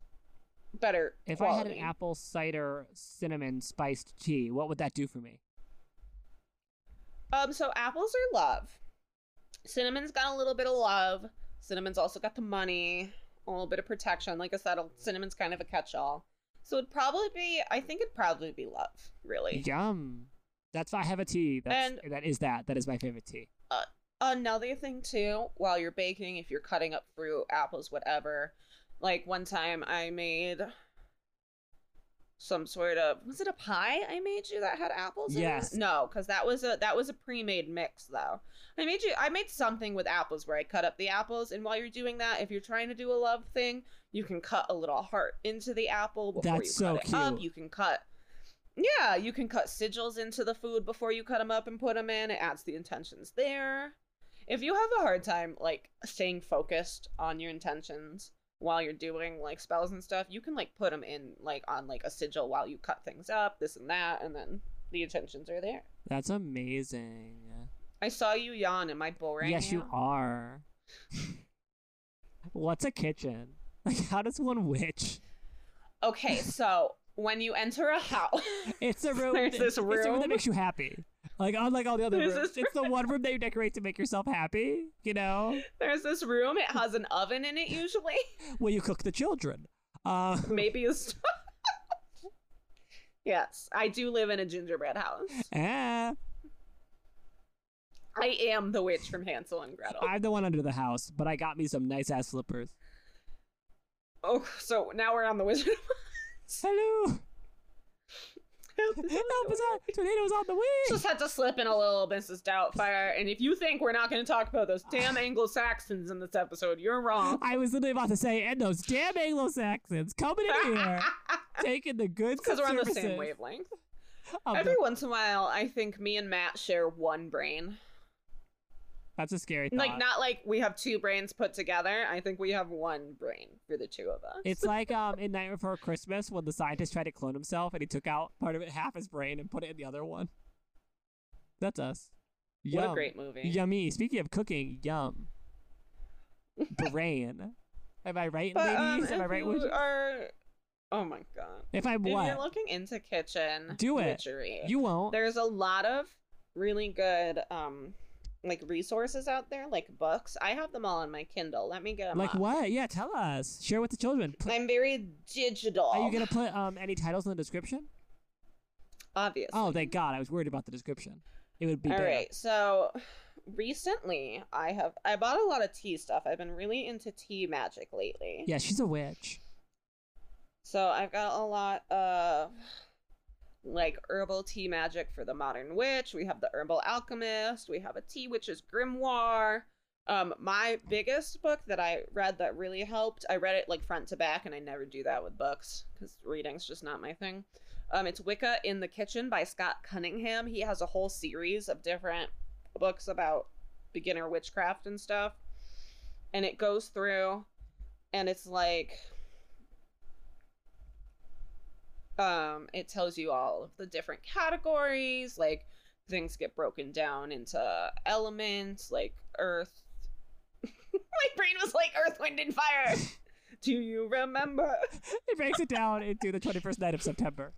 better. if I had an quality. apple cider cinnamon spiced tea, what would that do for me? um, so apples are love. Cinnamon's got a little bit of love. Cinnamon's also got the money, a little bit of protection. Like I said, cinnamon's kind of a catch-all. So it'd probably be. I think it'd probably be love, really. Yum. That's I have a tea. That's, that is that. That is my favorite tea. Another thing too, while you're baking, if you're cutting up fruit, apples, whatever. Like one time, I made some sort of was it a pie I made you that had apples? in it? Yes. No, because that was a that was a pre-made mix though. I made you I made something with apples where I cut up the apples, and while you're doing that, if you're trying to do a love thing, you can cut a little heart into the apple before That's you so cut it up. cute. You can cut. Yeah, you can cut sigils into the food before you cut them up and put them in. It adds the intentions there. If you have a hard time like staying focused on your intentions while you're doing like spells and stuff, you can like put them in like on like a sigil while you cut things up, this and that, and then the intentions are there. That's amazing. I saw you yawn. Am I boring? yes, you are. (laughs) What's a kitchen? Like how does one witch? Okay, so when you enter a house, (laughs) It's a room. There's this It's a room that room. makes you happy. Like unlike all the other There's rooms, this it's the one room that you decorate to make yourself happy. You know, there's this room. It has an oven in it usually. (laughs) where you cook the children. Uh, Maybe a stove. (laughs) yes, I do live in a gingerbread house. eh, I am the witch from Hansel and Gretel. I'm the one under the house, but I got me some nice ass slippers. Oh, so now we're on the Wizard of Hello, Oz. help (laughs) us out! Tornado's on the wing. Just had to slip in a little Mrs. Doubtfire. And if you think we're not going to talk about those damn Anglo Saxons in this episode, you're (laughs) wrong. I was literally about to say, and those damn Anglo Saxons coming in (laughs) here, taking the goods Because and we're on the services same wavelength. of the- Every once in a while, I think me and Matt share one brain. That's a scary thought. Like, not like we have two brains put together. I think we have one brain for the two of us. It's like um in Night Before Christmas when the scientist tried to clone himself and he took out part of it, half his brain, and put it in the other one. That's us. what a Yum. great movie. Yummy. Speaking of cooking, yum. brain. Am I right, But, um, ladies? if Am I right? you Would are... Oh my god. If I'm If what? you're looking into kitchen Do it. witchery, you won't. there's a lot of really good um like resources out there like books i have them all on my kindle let me get them Like up. what? Yeah, tell us. Share with the children. Pl- i'm very digital Are you gonna put um any titles in the description? obviously Oh, thank God! I was worried about the description. It would be all bad. right so (sighs) recently i have i bought a lot of tea stuff i've been really into tea magic lately Yeah, she's a witch. So I've got a lot of like herbal tea magic for the modern witch. We have the herbal alchemist. We have a tea witch's grimoire. Um, my biggest book that I read that really helped. I read it like front to back, and I never do that with books because reading's just not my thing. Um, it's Wicca in the Kitchen by Scott Cunningham. He has a whole series of different books about beginner witchcraft and stuff, and it goes through, and it's like um it tells you all of the different categories like things get broken down into elements like earth. (laughs) My brain was like earth, wind, and fire. Do you remember? It breaks it down into the 21st night of September.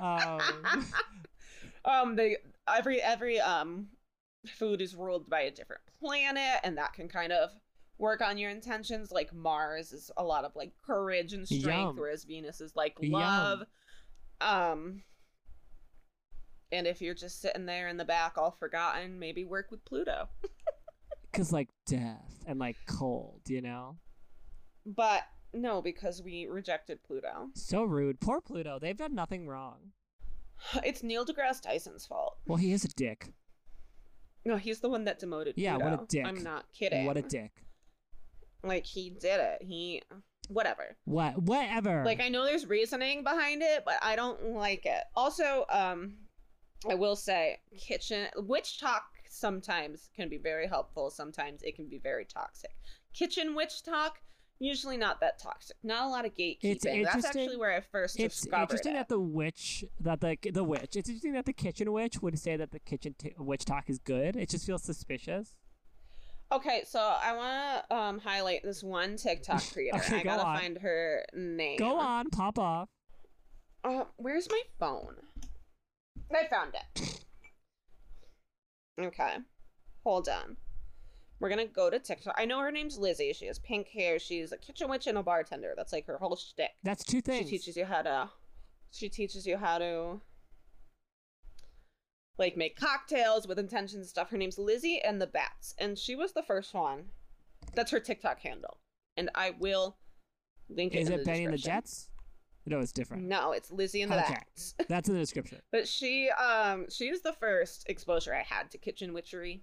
Um, (laughs) um, they every every um food is ruled by a different planet, and that can kind of work on your intentions. Like Mars is a lot of like courage and strength, Yum. whereas Venus is like Yum. love. Um, and if you're just sitting there in the back, all forgotten, maybe work with Pluto. Cause like death and like cold, you know. But no, because we rejected Pluto. So rude. Poor Pluto. They've done nothing wrong. It's Neil deGrasse Tyson's fault. Well, he is a dick. No, he's the one that demoted. Yeah, what a Pluto. dick. I'm not kidding. What a dick. Like he did it. He whatever. What? Whatever. Like I know there's reasoning behind it, but I don't like it. Also, um I will say kitchen witch talk sometimes can be very helpful, sometimes it can be very toxic. Kitchen witch talk usually not that toxic. Not a lot of gatekeeping. That's interesting- actually where I first it's discovered interesting it. that the witch that the the witch. It's interesting that the kitchen witch would say that the kitchen t- witch talk is good. It just feels suspicious. Okay, so I want to um, highlight this one TikTok (laughs) creator. Okay, I go gotta on. find her name. Go on, pop off. Uh, where's my phone? I found (laughs) it. Okay. Hold on. We're gonna go to TikTok. I know her name's Lizzie. She has pink hair. She's a kitchen witch and a bartender. That's like her whole shtick. That's two She things. teaches you how to. She teaches you how to. Like make cocktails with intention and stuff. Her name's Lizzie and the Bats, and she was the first one. That's her TikTok handle, and I will link it. is in it the Benny and the description. Jets? No, it's different. No, it's Lizzie and the Okay. Bats. That's in the (laughs) description. But she um she was the first exposure I had to kitchen witchery.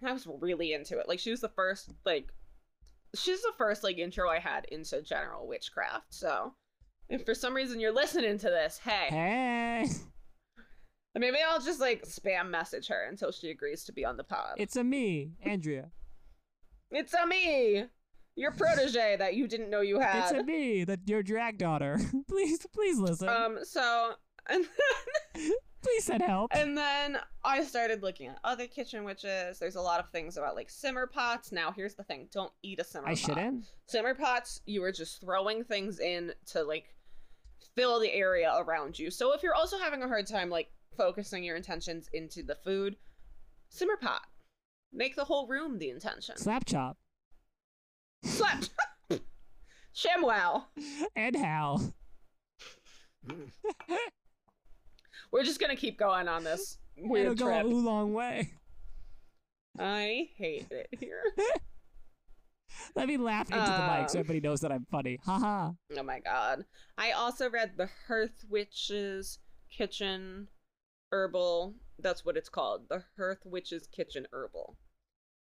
And I was really into it. Like she was the first like she's the first like intro I had into general witchcraft. So if for some reason you're listening to this, hey, Hey, maybe I'll just like spam message her until she agrees to be on the pod. it's It's, a me, Andrea. a me, your protege that you didn't know you had. It's a me, that your drag daughter. (laughs) please, please listen. um so and please send help. And then I started looking at other kitchen witches. There's a lot of things about like simmer pots. Now, here's the thing don't eat a simmer I pot. shouldn't. Simmer pots, you are just throwing things in to like fill the area around you. So, if you're also having a hard time like focusing your intentions into the food, simmer pot. Make the whole room the intention. (laughs) Slap chop Slap. (laughs) ShamWow. and Hal. We're just going to keep going on this It'll weird go trip. a oolong way. I hate it here. Let me laugh into the mic so Um, everybody knows that I'm funny. Haha. Oh my god. I also read The Hearth Witch's Kitchen Herbal. That's what it's called. The Hearth Witch's Kitchen Herbal.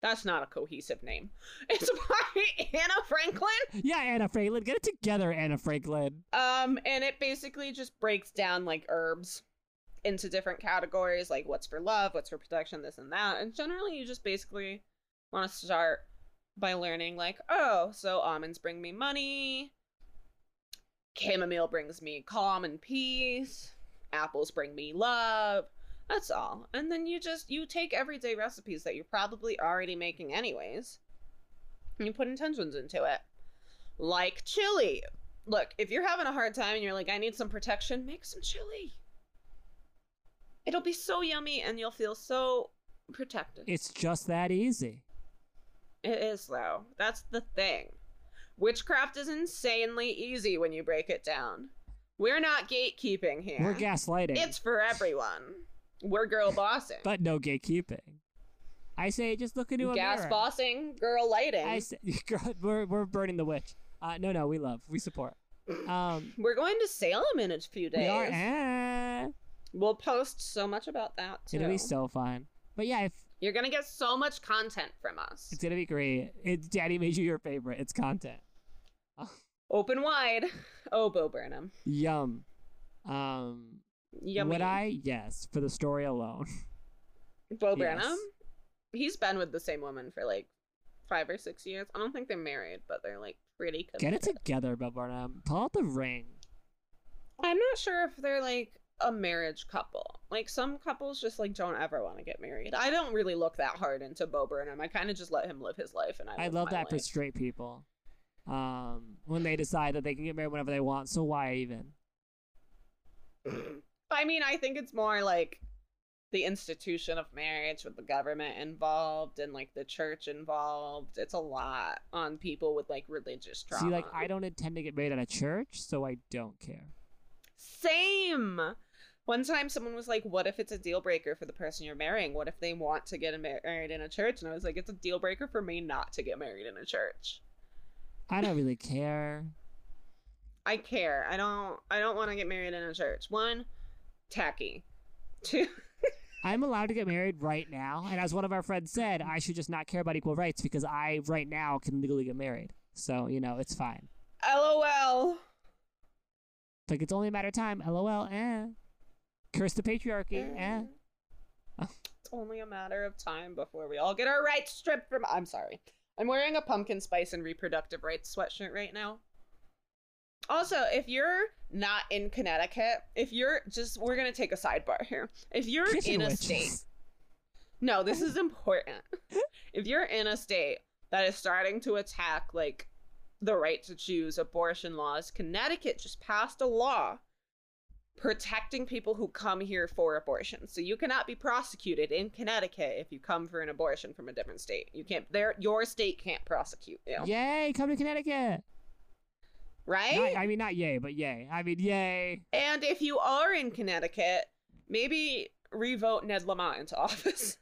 That's not a cohesive name. (laughs) It's by (laughs) Anna Franklin. Yeah, Anna Franklin, get it together, Anna Franklin. Um, and it basically just breaks down like herbs into different categories, like what's for love, what's for protection, this and that. And generally, you just basically want to start by learning, like, oh, so almonds bring me money, chamomile brings me calm and peace, apples bring me love. That's all. And then you just you take everyday recipes that you're probably already making anyways, and you put intentions into it. Like chili, look, if you're having a hard time and you're like, I need some protection, make some chili. It'll be so yummy and you'll feel so protected. It's just that easy. it is, though. That's the thing. Witchcraft is insanely easy when you break it down. We're not gatekeeping here. We're gaslighting, it's for everyone. We're girl bossing. but no gatekeeping. I say, just look into a Gas mirror. bossing, girl lighting. I say, (laughs) girl, we're, we're burning the witch. Uh, no, no, we love, we support. Um, We're going to Salem in a few days. we are, eh, We'll post so much about that too. it'll be so fun. But yeah, if You're gonna get so much content from us. it's gonna be great. It, Daddy made you your favorite. It's content. Open wide. (laughs) Oh, Bo Burnham. Yum. Um, Yummy. would I? Yes, for the story (laughs) alone. Bo Yes. Burnham? He's been with the same woman for like five or six years. I don't think they're married, but they're like pretty committed. Get it together, Bob Barnum. Pull out the ring. I'm not sure if they're like a marriage couple. Like some couples just like don't ever want to get married. I don't really look that hard into Bo Burnham. I kind of just let him live his life, and I, I live love my that for life. straight people. Um, when they decide that they can get married whenever they want, so why even? (clears throat) I mean, I think it's more like the institution of marriage with the government involved and like the church involved. It's a lot on people with like religious trauma. See, like I don't intend to get married at a church, so I don't care. Same. One time someone was like, What if it's a deal breaker for the person you're marrying? What if they want to get mar- married in a church? And I was like, It's a deal breaker for me not to get married in a church. I don't really care. I care. I don't I don't want to get married in a church. One, tacky. Two (laughs) I'm allowed to get married right now, and as one of our friends said, I should just not care about equal rights because I right now can legally get married. So you know, it's fine. LOL. Like it's only a matter of time. LOL. Eh. Curse the patriarchy. Eh. It's only a matter of time before we all get our rights stripped from I'm sorry. I'm wearing a pumpkin spice and reproductive rights sweatshirt right now. Also, if you're not in Connecticut, if you're just we're going to take a sidebar here. If you're Kitchen Mm-hmm. in a witches. state No, this is important. if you're in a state that is starting to attack like the right to choose abortion laws, Connecticut just passed a law protecting people who come here for abortion. So you cannot be prosecuted in Connecticut if you come for an abortion from a different state. You can't there your state can't prosecute you. Yay! Come to Connecticut. Right? Not- I mean, not yay, but yay. I mean, yay. And if you are in Connecticut, maybe revote Ned Lamont into (laughs) office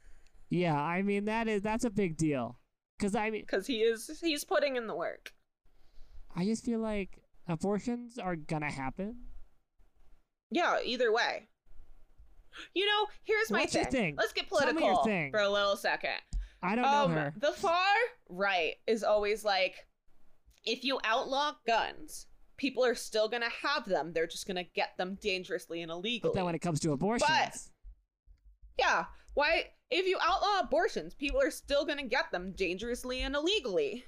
Yeah, I mean that is that's a big deal. Cause I mean, cuz he is he's putting in the work. I just feel like abortions are gonna happen. Yeah, either way. You know, here's my What's your thing. thing? Let's get Tell me your political thing. for a little second. I don't Um, know her. the far right is always like, if you outlaw guns, people are still gonna have them. They're just gonna get them dangerously and illegally. But then when it comes to abortions, yeah, why? If you outlaw abortions, people are still gonna get them dangerously and illegally.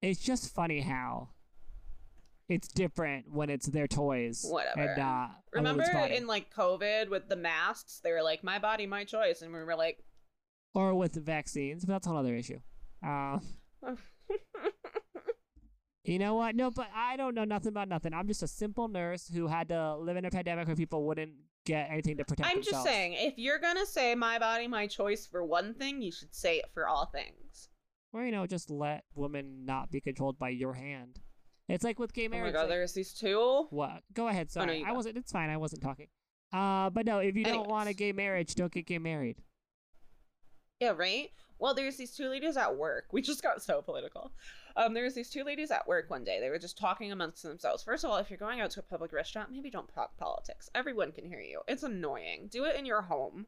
it's just funny how it's different when it's their toys. Whatever. And, uh, a woman's Remember body. in like COVID with the masks, they were like, "My body, my choice," and we were like, or with vaccines, but that's another issue. Uh, (laughs) you know what? No, but I don't know nothing about nothing. I'm just a simple nurse who had to live in a pandemic where people wouldn't get anything to protect I'm themselves. just saying, if you're gonna say my body, my choice for one thing, you should say it for all things. Or, you know, just let women not be controlled by your hand. It's like with gay Oh my marriage. god, like- there's these two. what? Go ahead. Oh, no, Sorry. you I go. wasn't. It's fine. I wasn't talking. Uh, but no, if you don't want a Anyways. gay marriage, don't get gay married. Yeah, right? Well, there's these two ladies at work. We just got so political. Um, there was these two ladies at work one day. They were just talking amongst themselves. First of all, if you're going out to a public restaurant, maybe don't talk politics. Everyone can hear you. It's annoying. Do it in your home.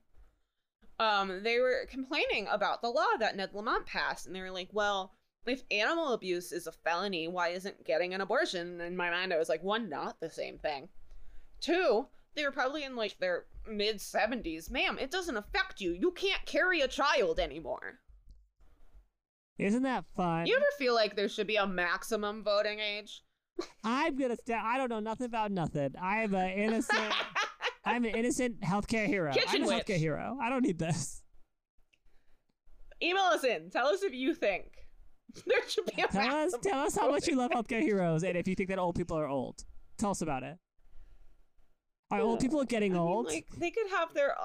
Um, they were complaining about the law that Ned Lamont passed, and they were like, "Well, if animal abuse is a felony, why isn't getting an abortion?" And in my mind, I was like, "One, not the same thing. Two, they were probably in like their mid 70s. Ma'am, it doesn't affect you. You can't carry a child anymore. Isn't that fun? You ever feel like there should be a maximum voting age? I'm gonna. St- I don't know nothing about nothing. I'm an (laughs) innocent. I'm an innocent healthcare hero. I'm Kitchen a witch. healthcare hero. I don't need (laughs) this. Email us in. Tell us if you think (laughs) there should be a Tell us. maximum. Tell us how much you love healthcare heroes, and if you think that old people are old, tell us about it. Are old people I getting mean, old? like they could have their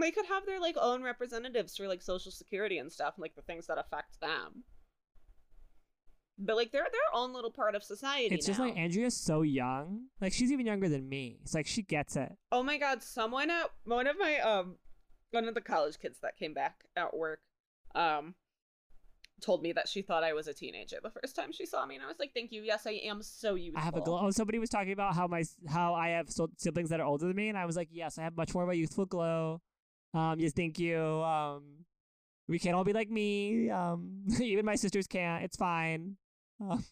they could have their like own representatives for like social security and stuff, like the things that affect them. But like they're their own little part of society. it's just now. like Andrea's so young. Like she's even younger than me. It's like she gets it. Oh my god, someone at one of my um one of the college kids that came back at work um told me that she thought I was a teenager the first time she saw me and I was like, "Thank you. Yes, I am so youthful." I have a glow. Oh, somebody was talking about how my s- how I have so- siblings that are older than me, and I was like, yes, I have much more of a youthful glow. Um, yes, thank you. Um, we can't all be like me. Um, (laughs) even my sisters can't. It's fine. Um,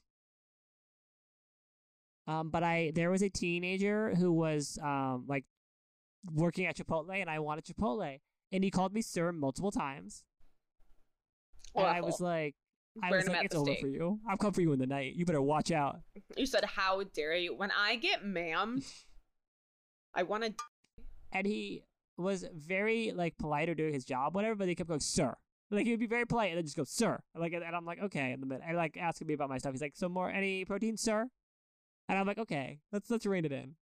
um, but I there was a teenager who was um like working at Chipotle, and I wanted Chipotle, and he called me sir multiple times, and I Awful. was like, I Burn was them like, at it's the over stake. for you. I'll come for you in the night. You better watch out. (laughs) You said, "How dare you?" When I get ma'am, I want to. and he was very like polite or doing his job, whatever. But he kept going, "Sir," like he would be very polite and then just go, "Sir," like, and I'm like, "Okay," in the minute, and like asking me about my stuff. He's like, "Some more any protein, sir?" And I'm like, "Okay, let's let's rein it in."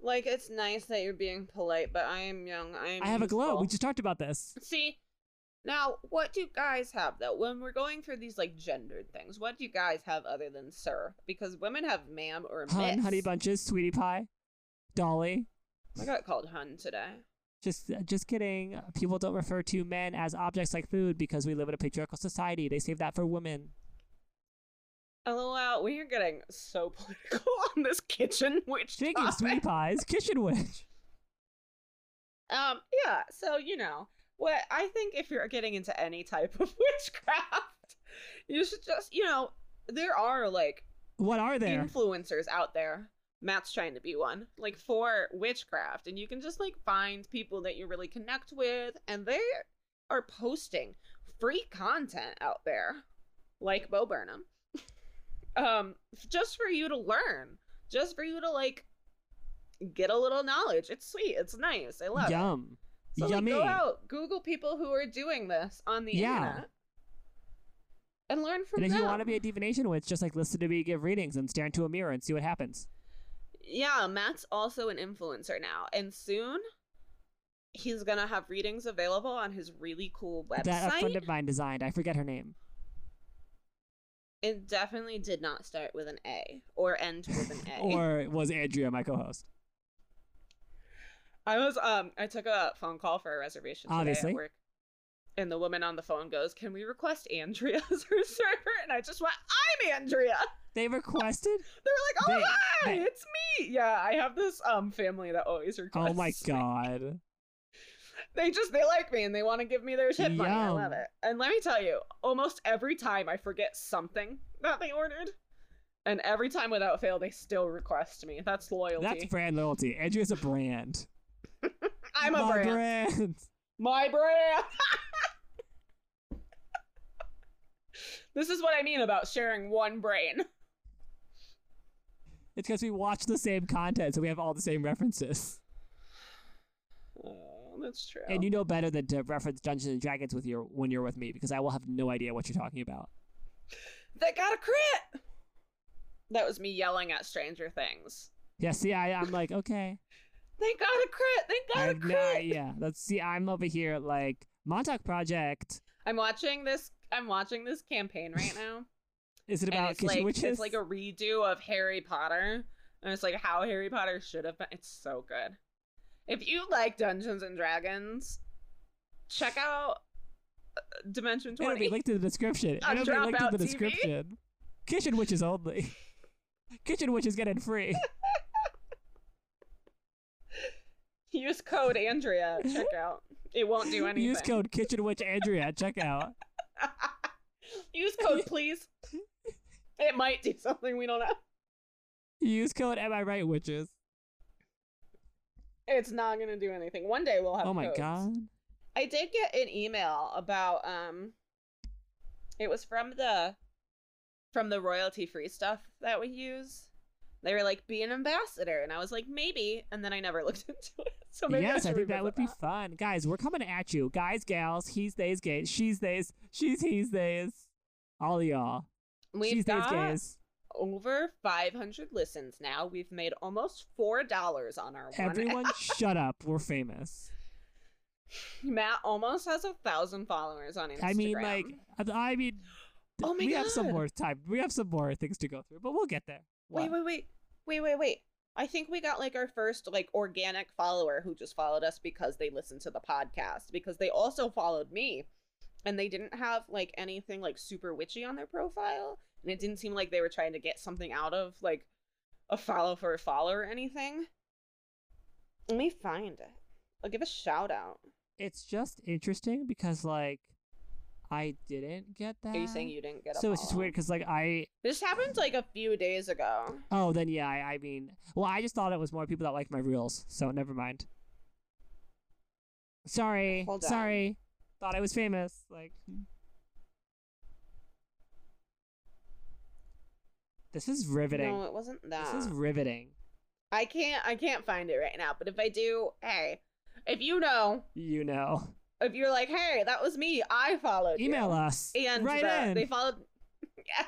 Like, it's nice that you're being polite, but I am young. I am. I have a glow. useful. We just talked about this. See, now what do guys have though? When we're going through these like gendered things, what do you guys have other than sir? Because women have ma'am or miss. Hun, honey bunches, sweetie pie, Dolly. I got called hun today. Just uh, just kidding. People don't refer to men as objects like food because we live in a patriarchal society. They save that for women. LOL. We are getting so (laughs) political on this kitchen witch Speaking of topic. sweetie pies, kitchen witch. Um, yeah, so you know, what I think if you're getting into any type (laughs) of witchcraft, you should just, you know, there are like What are there? influencers out there. Matt's trying to be one, like for witchcraft, and you can just like find people that you really connect with, and they are posting free content out there, like Bo Burnham, (laughs) um, just for you to learn, just for you to like get a little knowledge. It's sweet, it's nice, I love it. Yum. So Yummy. like, go out, Google people who are doing this on the Yeah. internet, and learn from And if them. you want to be a divination witch, just like listen to me give readings and stare into a mirror and see what happens. yeah, Matt's also an influencer now, and soon he's gonna have readings available on his really cool website. That a friend of mine designed. I forget her name. it definitely did not start with an A or end with an A. (laughs) Or it was Andrea my co-host? I was um I took a phone call for a reservation today Obviously. at work. And the woman on the phone goes, "Can we request Andrea as (laughs) her server?" And I just went, "I'm Andrea." They (laughs) requested. They're like, "Oh They- hi, they- it's me." Yeah, I have this um family that always requests. Oh my god. They just they like me and they want to give me their tip money. I love Yum. it. And let me tell you, almost every time I forget something that they ordered, and every time without fail they still request me. That's loyalty. That's brand loyalty. Andrea's a brand. I'm a My brand. brand. (laughs) My brand. this is what I mean about sharing one brain. It's because we watch the same content, so we have all the same references. Oh, that's true. And you know better than to reference Dungeons and Dragons with your when you're with me, because I will have no idea what you're talking about. that got a crit. That was me yelling at Stranger Things. Yeah, see, I, I'm like, okay. They got a crit. They I got a have crit. no idea. Let's see, I'm over here like Montauk Project. I'm watching this. I'm watching this campaign right now. Is it and about it's kitchen like witches? it's like a redo of Harry Potter, and it's like how Harry Potter should have been. It's so good. If you like Dungeons and Dragons, check out uh, Dimension It'll Twenty. be linked in the description. On It'll be linked in Dropout the TV? description. Kitchen witches only. (laughs) Kitchen witches get in (laughs) free. (laughs) Use code Andrea. at Check out. It won't do (laughs) anything. Use code kitchen witch Andrea at checkout. (laughs) Use code, (laughs) please. It might do something we don't know. Use code am I right witches? It's not gonna do anything. One day we'll have. Oh my codes. god. I did get an email about um it was from the from the royalty free stuff that we use. They were like, be an ambassador. And I was like, maybe. And then I never (laughs) looked into it. So maybe yes, I, I should think that would revisit be fun. Guys, we're coming at you. Guys, gals, he's theys, gays, she's theys, she's he's theys. All y'all. We've she's got theys, gays. over 500 listens now. We've made almost $4 on our one. (laughs) Everyone shut up. We're famous. (laughs) Matt almost has a thousand followers on Instagram. I mean, like, I I mean, Oh my we have some God. more time. We have some more things to go through, but we'll get there. Wait, What? wait, wait. Wait, wait, wait. I think we got like our first like organic follower who just followed us because they listened to the podcast because they also followed me and they didn't have like anything like super witchy on their profile and it didn't seem like they were trying to get something out of like a follow for a follower or anything. Let me find it. I'll give a shout out. it's just interesting because like I didn't get that. Are you saying you didn't get a Uh, so it's just follow? weird because like I This happened like a few days ago. oh then yeah I, I mean well I just thought it was more people that like my reels so never mind. Sorry, Hold on. sorry. Thought I was famous. Like this is riveting. No, it wasn't that. this is riveting. I can't I can't find it right now, but if I do, hey, if you know, You know. if you're like, hey, that was me, I followed you. Email us. and right the- in. they followed (laughs) yeah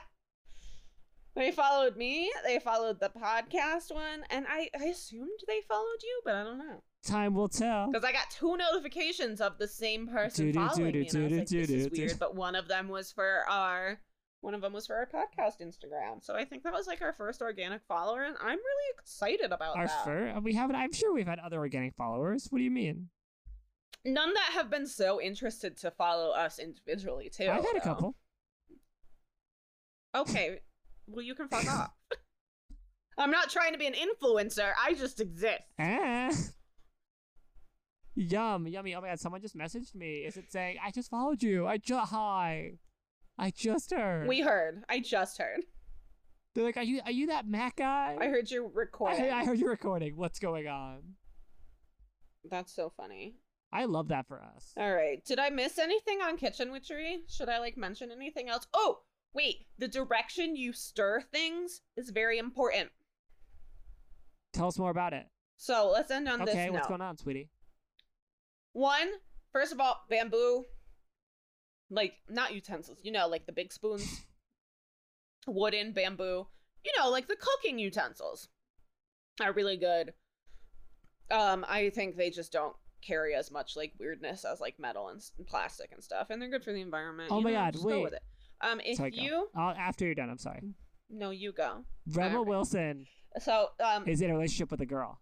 they followed me they followed the podcast one and i i assumed they followed you but i don't know Time will tell. because i got two notifications of the same person Doo-doo, following doo-doo, me and i was doo-doo, like this is doo-doo, doo-doo." (laughs) weird but one of them was for our one of them was for our podcast instagram so i think that was like our first organic follower and i'm really excited about Our that fur. We haven't. I'm sure we've had other organic followers. What do you mean? none that have been so interested to follow us individually too I've had a though. couple. Okay. Well, you can fuck off. (laughs) I'm not trying to be an influencer. I just exist. Ah. (laughs) Yum, yummy. Oh my god, someone just messaged me. Is it saying, I just followed you? I just, hi. I just heard. We heard. I just heard. They're like, are you are you that Mac guy? I heard you recording. I, I heard you're recording. What's going on? That's so funny. I love that for us. All right. Did I miss anything on kitchen witchery? Should I like mention anything else? Oh, wait. The direction you stir things is very important. Tell us more about it. So let's end on okay, this what's note. going on, sweetie? One, first of all, bamboo, like not utensils, you know, like the big spoons, wooden, bamboo, you know, like the cooking utensils are really good. Um, I think they just don't carry as much like weirdness as like metal and, s- and plastic and stuff, and they're good for the environment. Oh you my know, God, just go wait. with it. Um, if Sorry, go. you I'll, after you're done, I'm sorry. no, you go. Rebel Alright. Wilson So, um, is in a relationship with a girl.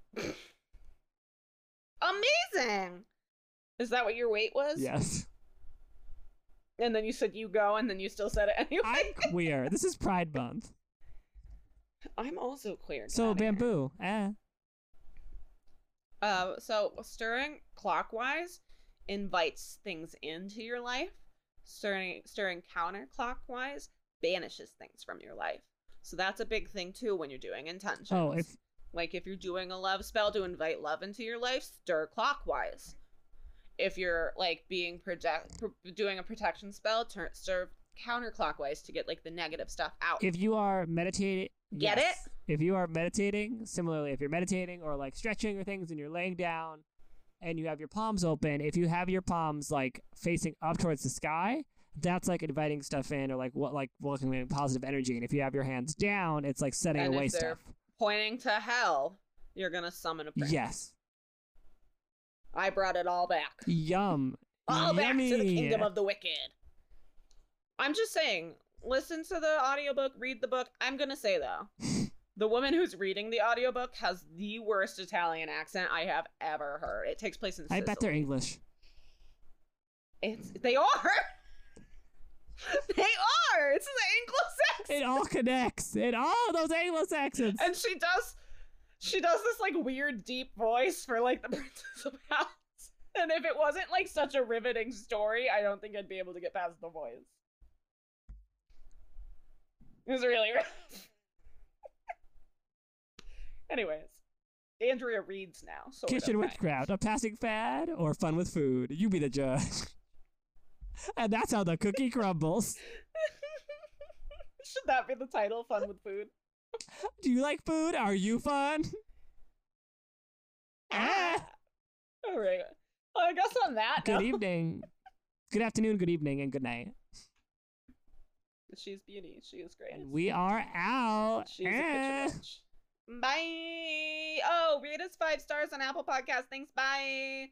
amazing. Is that what your weight was? Yes. And then you said you go, and then you still said it (laughs) anyway. I'm queer. This is Pride Month. I'm also queer. So, Get outta here. bamboo. Eh. Uh, so stirring clockwise invites things into your life. Stirring stirring counterclockwise banishes things from your life. So that's a big thing too when you're doing intentions. Oh, if like if you're doing a love spell to invite love into your life, stir clockwise. If you're like being project pro- doing a protection spell, turn stir counterclockwise to get like the negative stuff out. if you are meditating Get it? if you are meditating similarly if you're meditating or like stretching or things and you're laying down and you have your palms open if you have your palms like facing up towards the sky that's like inviting stuff in or like what like welcoming positive energy and if you have your hands down it's like setting And if away they're stuff Pointing to hell, you're gonna summon a prince. yes I brought it all back. yum (laughs) All back to the Yummy. kingdom of the wicked. I'm just saying, listen to the audiobook, read the book. I'm going to say, (laughs) though, the woman who's reading the audiobook has the worst Italian accent I have ever heard. It takes place in i bet they're Sicily. english It's, they are! (laughs) they are! It's an Anglo it all connects it all those anglo-saxons And she does, she does this, like, weird deep voice for, like, the (laughs) Princess of House. And if it wasn't, like, such a riveting story, I don't think I'd be able to get past the voice. It was really rough. (laughs) Anyways, Andrea reads now. (laughs) So kitchen okay. witchcraft a passing fad or fun with food you be the judge (laughs) and that's how the cookie crumbles Should that be the title? Fun with food. do you like food are you fun (laughs) ah! All right. Well, I guess on that good note, evening good afternoon good evening and good night she's beauty. She is great. and we are out She's Ah. a kitchen witch. Bye. Oh, rate us five stars on Apple Podcasts. Thanks. Bye.